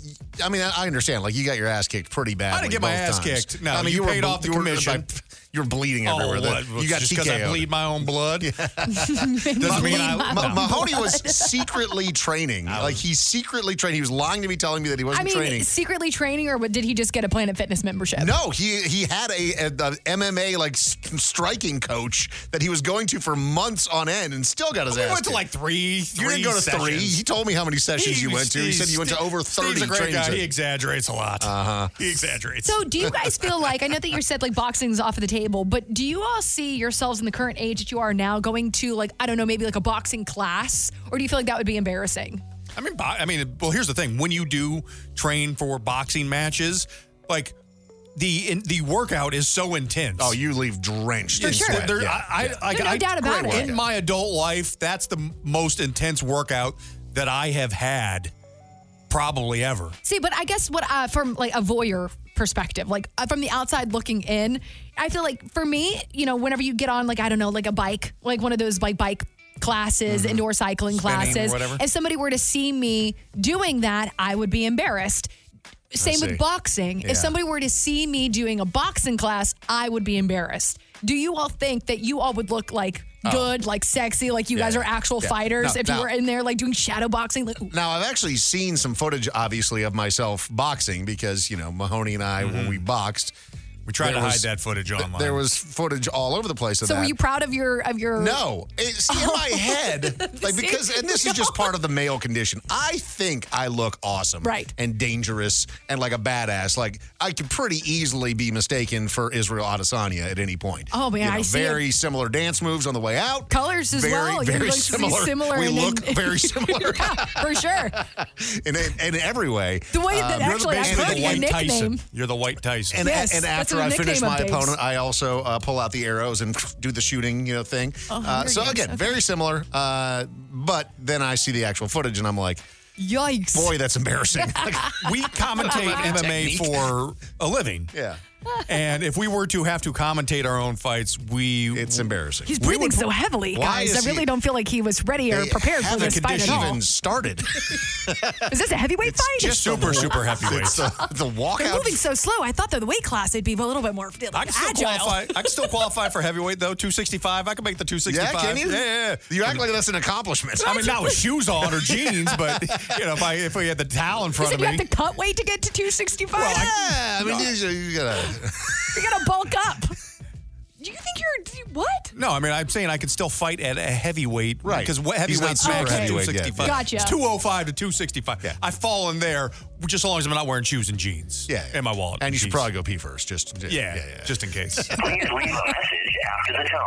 Speaker 1: I mean, I understand. Like you got your ass kicked pretty bad.
Speaker 4: I didn't get my ass kicked. No, you paid off the commission.
Speaker 1: you were bleeding
Speaker 4: Oh,
Speaker 1: everywhere.
Speaker 4: what?
Speaker 1: you got
Speaker 4: Just 'cause I
Speaker 1: TKO'd.
Speaker 4: bleed my own blood.
Speaker 1: Doesn't
Speaker 4: Doesn't mean I-
Speaker 1: Ma-
Speaker 4: no.
Speaker 1: Mahoney was secretly training. Like he secretly trained. He was lying to me, telling me that he wasn't
Speaker 3: I mean,
Speaker 1: training.
Speaker 3: secretly training, or what, did he just get a Planet Fitness membership?
Speaker 1: No, he he had a, a, a MMA like s- striking coach that he was going to for months on end, and still got his
Speaker 4: We
Speaker 1: ass.
Speaker 4: went to
Speaker 1: kicked.
Speaker 4: like three.
Speaker 1: You didn't
Speaker 4: three
Speaker 1: go to three.
Speaker 4: sessions.
Speaker 1: He told me how many sessions you
Speaker 4: He-
Speaker 1: went to. He said you went to
Speaker 4: Steve-
Speaker 1: over thirty.
Speaker 4: Steve's a great
Speaker 1: training
Speaker 4: guy. He
Speaker 1: sessions.
Speaker 4: exaggerates a lot. Uh-huh. He exaggerates.
Speaker 3: So, do you guys feel like I know that you said like boxing's off of the table, but do you all see yourselves in the current age that you are now going to like I don't know maybe like a boxing class, or do you feel like that would be embarrassing?
Speaker 4: I mean, bo- I mean, well, here's the thing: when you do train for boxing matches, like the in, the workout is so intense.
Speaker 1: Oh, you leave drenched.
Speaker 4: There-
Speaker 1: in sweat.
Speaker 4: there-
Speaker 1: Yeah,
Speaker 4: I,
Speaker 1: yeah.
Speaker 4: I, like,
Speaker 3: There's no
Speaker 4: I-
Speaker 3: doubt about
Speaker 4: great
Speaker 3: it.
Speaker 4: In my adult life, that's the m- most intense workout that I have had, probably ever.
Speaker 3: See, but I guess what uh, from like a voyeur perspective, like uh, from the outside looking in, I feel like for me, you know, whenever you get on like I don't know, like a bike, like one of those like bike classes, indoor cycling
Speaker 4: Mm-hmm. Spinning or
Speaker 3: classes,
Speaker 4: whatever.
Speaker 3: if somebody were to see me doing that, I would be embarrassed. Same
Speaker 4: see.
Speaker 3: with boxing.
Speaker 4: Yeah.
Speaker 3: If somebody were to see me doing a boxing class, I would be embarrassed. Do you all think that you all would look like
Speaker 4: Oh.
Speaker 3: good, like sexy, like you
Speaker 1: Yeah,
Speaker 3: guys are
Speaker 1: yeah,
Speaker 3: actual
Speaker 1: yeah.
Speaker 3: fighters.
Speaker 1: No,
Speaker 3: if
Speaker 1: no.
Speaker 3: you were in there like doing shadow boxing, like ooh,
Speaker 1: Now, I've actually seen some footage, obviously, of myself boxing because, you know, Mahoney and I, when we boxed,
Speaker 4: Mm-hmm. We tried
Speaker 1: there
Speaker 4: to
Speaker 1: was-
Speaker 4: hide that footage
Speaker 1: th-
Speaker 4: online.
Speaker 1: There was footage all over the place of
Speaker 3: so
Speaker 1: that.
Speaker 3: were you proud of your of your Oh.
Speaker 1: No, it's in my head, like because, and this is just part of the male condition. I think I look awesome,
Speaker 3: Right.
Speaker 1: and dangerous, and like a badass. Like I could pretty easily be mistaken for Israel Adesanya at any point.
Speaker 3: Oh, man,
Speaker 1: You know,
Speaker 3: I see it.
Speaker 1: very similar dance moves on the way out.
Speaker 3: Colors as
Speaker 1: very,
Speaker 3: well. You
Speaker 1: Very
Speaker 3: look
Speaker 1: similar.
Speaker 3: similar
Speaker 1: We
Speaker 3: and then-
Speaker 1: look very similar
Speaker 3: for sure.
Speaker 1: in, in every way.
Speaker 3: The way that
Speaker 1: Um, you're
Speaker 3: actually I
Speaker 1: basically
Speaker 3: heard
Speaker 1: the
Speaker 3: your
Speaker 1: White Tyson.
Speaker 3: nickname.
Speaker 4: You're the White Tyson.
Speaker 1: And,
Speaker 3: Yes,
Speaker 1: and
Speaker 3: that's
Speaker 1: after
Speaker 3: our
Speaker 1: I finish
Speaker 3: nickname
Speaker 1: my
Speaker 3: updates.
Speaker 1: opponent, I also uh, pull out the arrows and do the shooting, you know, thing.
Speaker 3: Oh,
Speaker 1: Uh,
Speaker 3: Hunger
Speaker 1: so
Speaker 3: Games,
Speaker 1: again,
Speaker 3: okay.
Speaker 1: very similar. Uh, but then I see the actual footage, and I'm like,
Speaker 3: Yikes.
Speaker 1: boy, that's embarrassing.
Speaker 4: we commentate MMA for a living.
Speaker 1: Yeah.
Speaker 4: And if we were to have to commentate our own fights, we it's
Speaker 1: embarrassing.
Speaker 3: He's breathing so heavily, guys. I really don't feel like he was ready or
Speaker 4: They
Speaker 3: prepared for
Speaker 4: haven't
Speaker 3: this fight at
Speaker 4: conditioned
Speaker 3: all.
Speaker 4: even
Speaker 1: started.
Speaker 3: Is this a heavyweight fight?
Speaker 4: just super, super heavyweight.
Speaker 1: It's the, the
Speaker 3: They're
Speaker 1: walkout.
Speaker 3: moving so slow. I thought that the weight class would be a little bit more like,
Speaker 4: I can still
Speaker 3: agile.
Speaker 4: qualify. I can still qualify for heavyweight though. Two sixty five. I can make the two sixty
Speaker 1: Yeah,
Speaker 4: five.
Speaker 1: can you?
Speaker 4: Yeah, yeah, yeah.
Speaker 1: You act like that's an accomplishment.
Speaker 4: I mean, not with shoes on or jeans, but you know, if I if we had the towel in
Speaker 3: You
Speaker 4: front
Speaker 3: said
Speaker 4: of
Speaker 3: you
Speaker 4: me,
Speaker 3: have to cut weight to get to 265.
Speaker 1: yeah, I mean, you, you gotta.
Speaker 3: you gotta bulk up. Do you think you're you- what?
Speaker 4: No, I mean I'm saying I could still fight at a heavyweight, right? Because what
Speaker 1: He's not
Speaker 4: heavyweight
Speaker 1: super
Speaker 4: max is
Speaker 1: heavyweight yet.
Speaker 4: 265.
Speaker 3: Gotcha.
Speaker 4: It's 205 to 265. I've fallen there just so long as I'm not wearing shoes and jeans.
Speaker 1: Yeah.
Speaker 4: in my wallet.
Speaker 1: And you should
Speaker 4: Jeez.
Speaker 1: probably go pee first. Just
Speaker 4: Yeah, just in case.
Speaker 6: Please leave a message after the tone.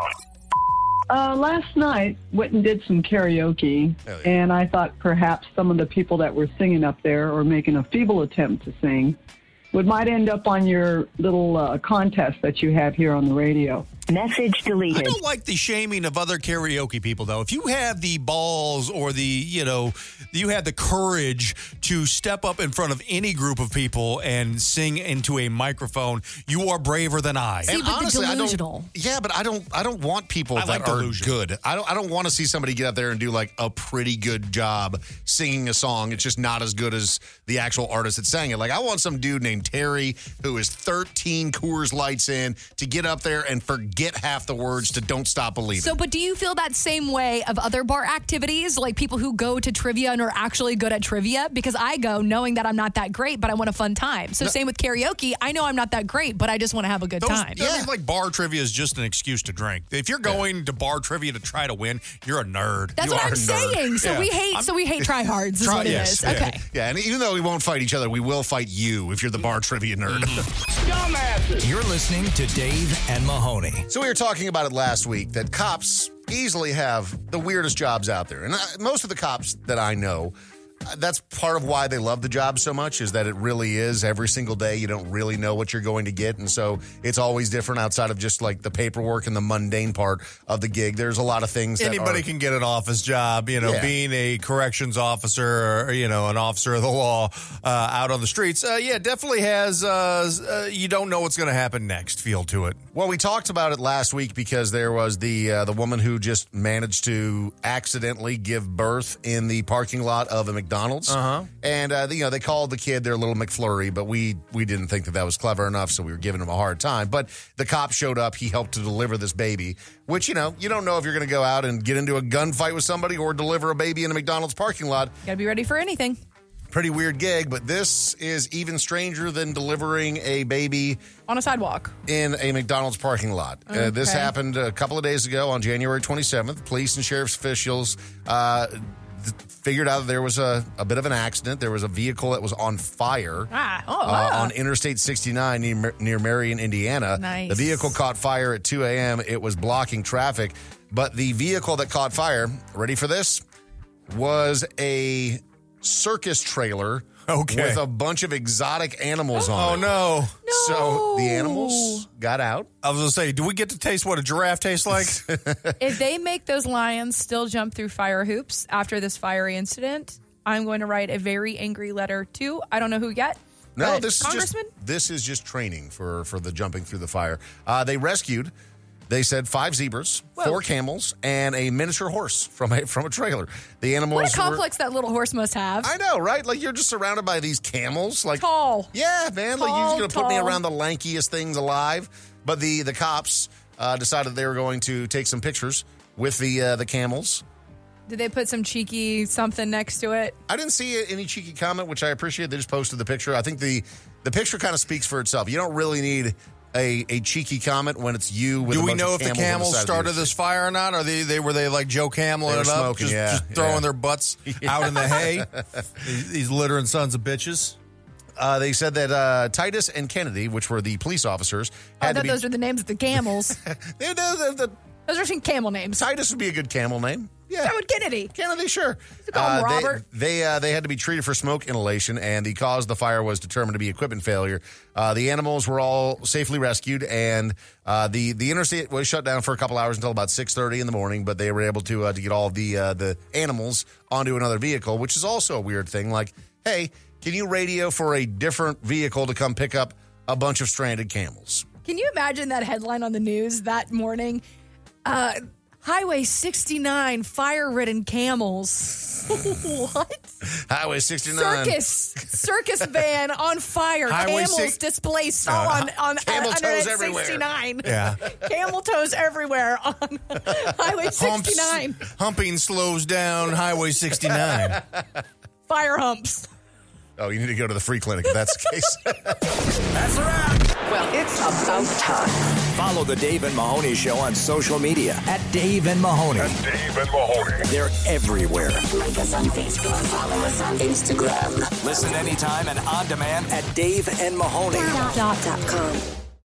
Speaker 19: Uh, last night, went and did some karaoke, and I thought perhaps some of the people that were singing up there or making a feeble attempt to sing would might end up on your little uh, contest that you have here on the radio. Message
Speaker 4: I
Speaker 19: deleted.
Speaker 4: don't like the shaming of other karaoke people, though. If you have the balls or the, you know, you had the courage to step up in front of any group of people and sing into a microphone, you are braver than I.
Speaker 1: And honestly, I don't- yeah, but I don't. I don't want people
Speaker 4: I
Speaker 1: that
Speaker 4: like
Speaker 1: are
Speaker 4: delusion.
Speaker 1: good. I don't. I don't want to see somebody get out there and do like a pretty good job singing a song. It's just not as good as the actual artist that sang it. Like I want some dude named Terry who is 13 Coors Lights in to get up there and forget half the words to "Don't Stop Believing."
Speaker 3: So, but do you feel that same way of other bar activities, like people who go to trivia and are actually good at trivia? Because I go knowing that I'm not that great, but I want a fun time. So, same with karaoke. I know I'm not that great, but I just want to have a good
Speaker 4: Those-
Speaker 3: time.
Speaker 4: I mean, like bar trivia is just an excuse to drink. If you're going to bar trivia to try to win, you're a nerd.
Speaker 3: That's
Speaker 4: You
Speaker 3: what
Speaker 4: are
Speaker 3: I'm
Speaker 4: a nerd.
Speaker 3: saying. So
Speaker 4: Yeah.
Speaker 3: we hate.
Speaker 4: I'm-
Speaker 3: so we hate tryhards. Is what it is.
Speaker 1: Yeah.
Speaker 3: Okay.
Speaker 1: Yeah, and even though we won't fight each other, we will fight you if you're the bar trivia nerd.
Speaker 4: Mm-hmm.
Speaker 2: You're listening to Dave and Mahoney.
Speaker 1: So we were talking about it last week that cops easily have the weirdest jobs out there, and I, most of the cops that I know, uh, that's part of why they love the job so much is that it really is every single day. You don't really know what you're going to get, and so it's always different outside of just like the paperwork and the mundane part of the gig. There's a lot of things. that
Speaker 4: Anybody
Speaker 1: are,
Speaker 4: can get an office job, you know,
Speaker 1: Yeah.
Speaker 4: being a corrections officer or, you know, an officer of the law uh, out on the streets. Uh, yeah, definitely has, uh, s- uh, you don't know what's going to happen next feel to it.
Speaker 1: Well, we talked about it last week because there was the uh, the woman who just managed to accidentally give birth in the parking lot of a McDonald's,
Speaker 4: Uh-huh.
Speaker 1: and uh, you know they called the kid their little McFlurry, but we we didn't think that that was clever enough, so we were giving him a hard time. But the cop showed up; he helped to deliver this baby, which you know you don't know if you're going to go out and get into a gunfight with somebody or deliver a baby in a McDonald's parking lot.
Speaker 3: Gotta be ready for anything.
Speaker 1: Pretty weird gig, but this is even stranger than delivering a baby
Speaker 3: on a sidewalk
Speaker 1: in a McDonald's parking lot. Uh, this
Speaker 3: Okay.
Speaker 1: happened a couple of days ago on January 27th. Police and sheriff's officials uh, th- figured out there was a, a bit of an accident. There was a vehicle that was on fire
Speaker 3: Ah. Oh.
Speaker 1: uh,
Speaker 3: ah.
Speaker 1: on Interstate 69 near, Mar- near Marion, Indiana.
Speaker 3: Nice.
Speaker 1: The vehicle caught fire at 2 a.m. It was blocking traffic, but the vehicle that caught fire, ready for this, was a circus trailer
Speaker 4: Okay.
Speaker 1: with a bunch of exotic animals on
Speaker 4: Oh,
Speaker 1: it.
Speaker 4: no.
Speaker 1: So the animals got out.
Speaker 4: I was going to say, do we get to taste what a giraffe tastes like?
Speaker 3: if they make those lions still jump through fire hoops after this fiery incident, I'm going to write a very angry letter to I don't know who yet.
Speaker 1: No,
Speaker 3: but
Speaker 1: this
Speaker 3: congressman.
Speaker 1: is just this is just training for for the jumping through the fire. Uh, they rescued, they said five zebras,
Speaker 3: Whoa.
Speaker 1: four camels, and a miniature horse from a from a trailer. The animals
Speaker 3: what a
Speaker 1: were-
Speaker 3: complex that little horse must have.
Speaker 1: I know, right? Like you're just surrounded by these camels, like
Speaker 3: Tall.
Speaker 1: Yeah, man. like you're just gonna
Speaker 3: Tall,
Speaker 1: put me
Speaker 3: tall.
Speaker 1: around the lankiest things alive. But the the cops uh, decided they were going to take some pictures with the uh, the camels.
Speaker 3: Did they put some cheeky something next to it?
Speaker 1: I didn't see any cheeky comment, which I appreciate. They just posted the picture. I think the the picture kind of speaks for itself. You don't really need a, a cheeky comment when it's you. With
Speaker 4: Do
Speaker 1: a
Speaker 4: we
Speaker 1: bunch
Speaker 4: know
Speaker 1: of
Speaker 4: if the
Speaker 1: camels on
Speaker 4: camels
Speaker 1: side of
Speaker 4: started
Speaker 1: your-
Speaker 4: this fire or not? Are they, they were they like Joe Camel
Speaker 1: They
Speaker 4: it
Speaker 1: were
Speaker 4: up,
Speaker 1: smoking,
Speaker 4: just,
Speaker 1: yeah,
Speaker 4: just throwing
Speaker 1: yeah.
Speaker 4: their butts out in the hay?
Speaker 1: these, littering sons of bitches. Uh, they said that uh, Titus and Kennedy, which were the police officers,
Speaker 3: I
Speaker 1: had to
Speaker 3: thought
Speaker 1: be.
Speaker 3: those were the names of the camels. those are some camel names.
Speaker 1: Titus would be a good camel name. Yeah.
Speaker 3: So would Kennedy.
Speaker 1: Kennedy, sure.
Speaker 3: call him
Speaker 1: Uh, they-
Speaker 3: Robert.
Speaker 1: They uh, they had to be treated for smoke inhalation, and the cause of the fire was determined to be equipment failure. Uh, the animals were all safely rescued, and uh, the the interstate was shut down for a couple hours until about six thirty in the morning. But they were able to uh, to get all the uh, the animals onto another vehicle, which is also a weird thing. Like, hey, can you radio for a different vehicle to come pick up a bunch of stranded camels?
Speaker 3: Can you imagine that headline on the news that morning? Uh, Highway 69, fire ridden camels. what?
Speaker 1: Highway sixty nine.
Speaker 3: Circus, circus van on fire.
Speaker 1: Highway
Speaker 3: Camels
Speaker 1: six-
Speaker 3: displaced
Speaker 1: Uh,
Speaker 3: all on on
Speaker 1: camel
Speaker 3: on
Speaker 1: toes
Speaker 3: Internet
Speaker 1: everywhere.
Speaker 3: 69.
Speaker 4: Yeah.
Speaker 3: camel toes everywhere on Highway 69.
Speaker 4: humping slows down Highway 69.
Speaker 3: Fire humps.
Speaker 1: Oh, you need to go to the free clinic if that's the case.
Speaker 2: That's a wrap. Well, it's about time. Follow the Dave and Mahoney Show on social media at Dave and Mahoney. Dave and Mahoney. They're everywhere. Like us on Facebook. Follow us on Instagram. Listen anytime and on demand at Dave and Mahoney.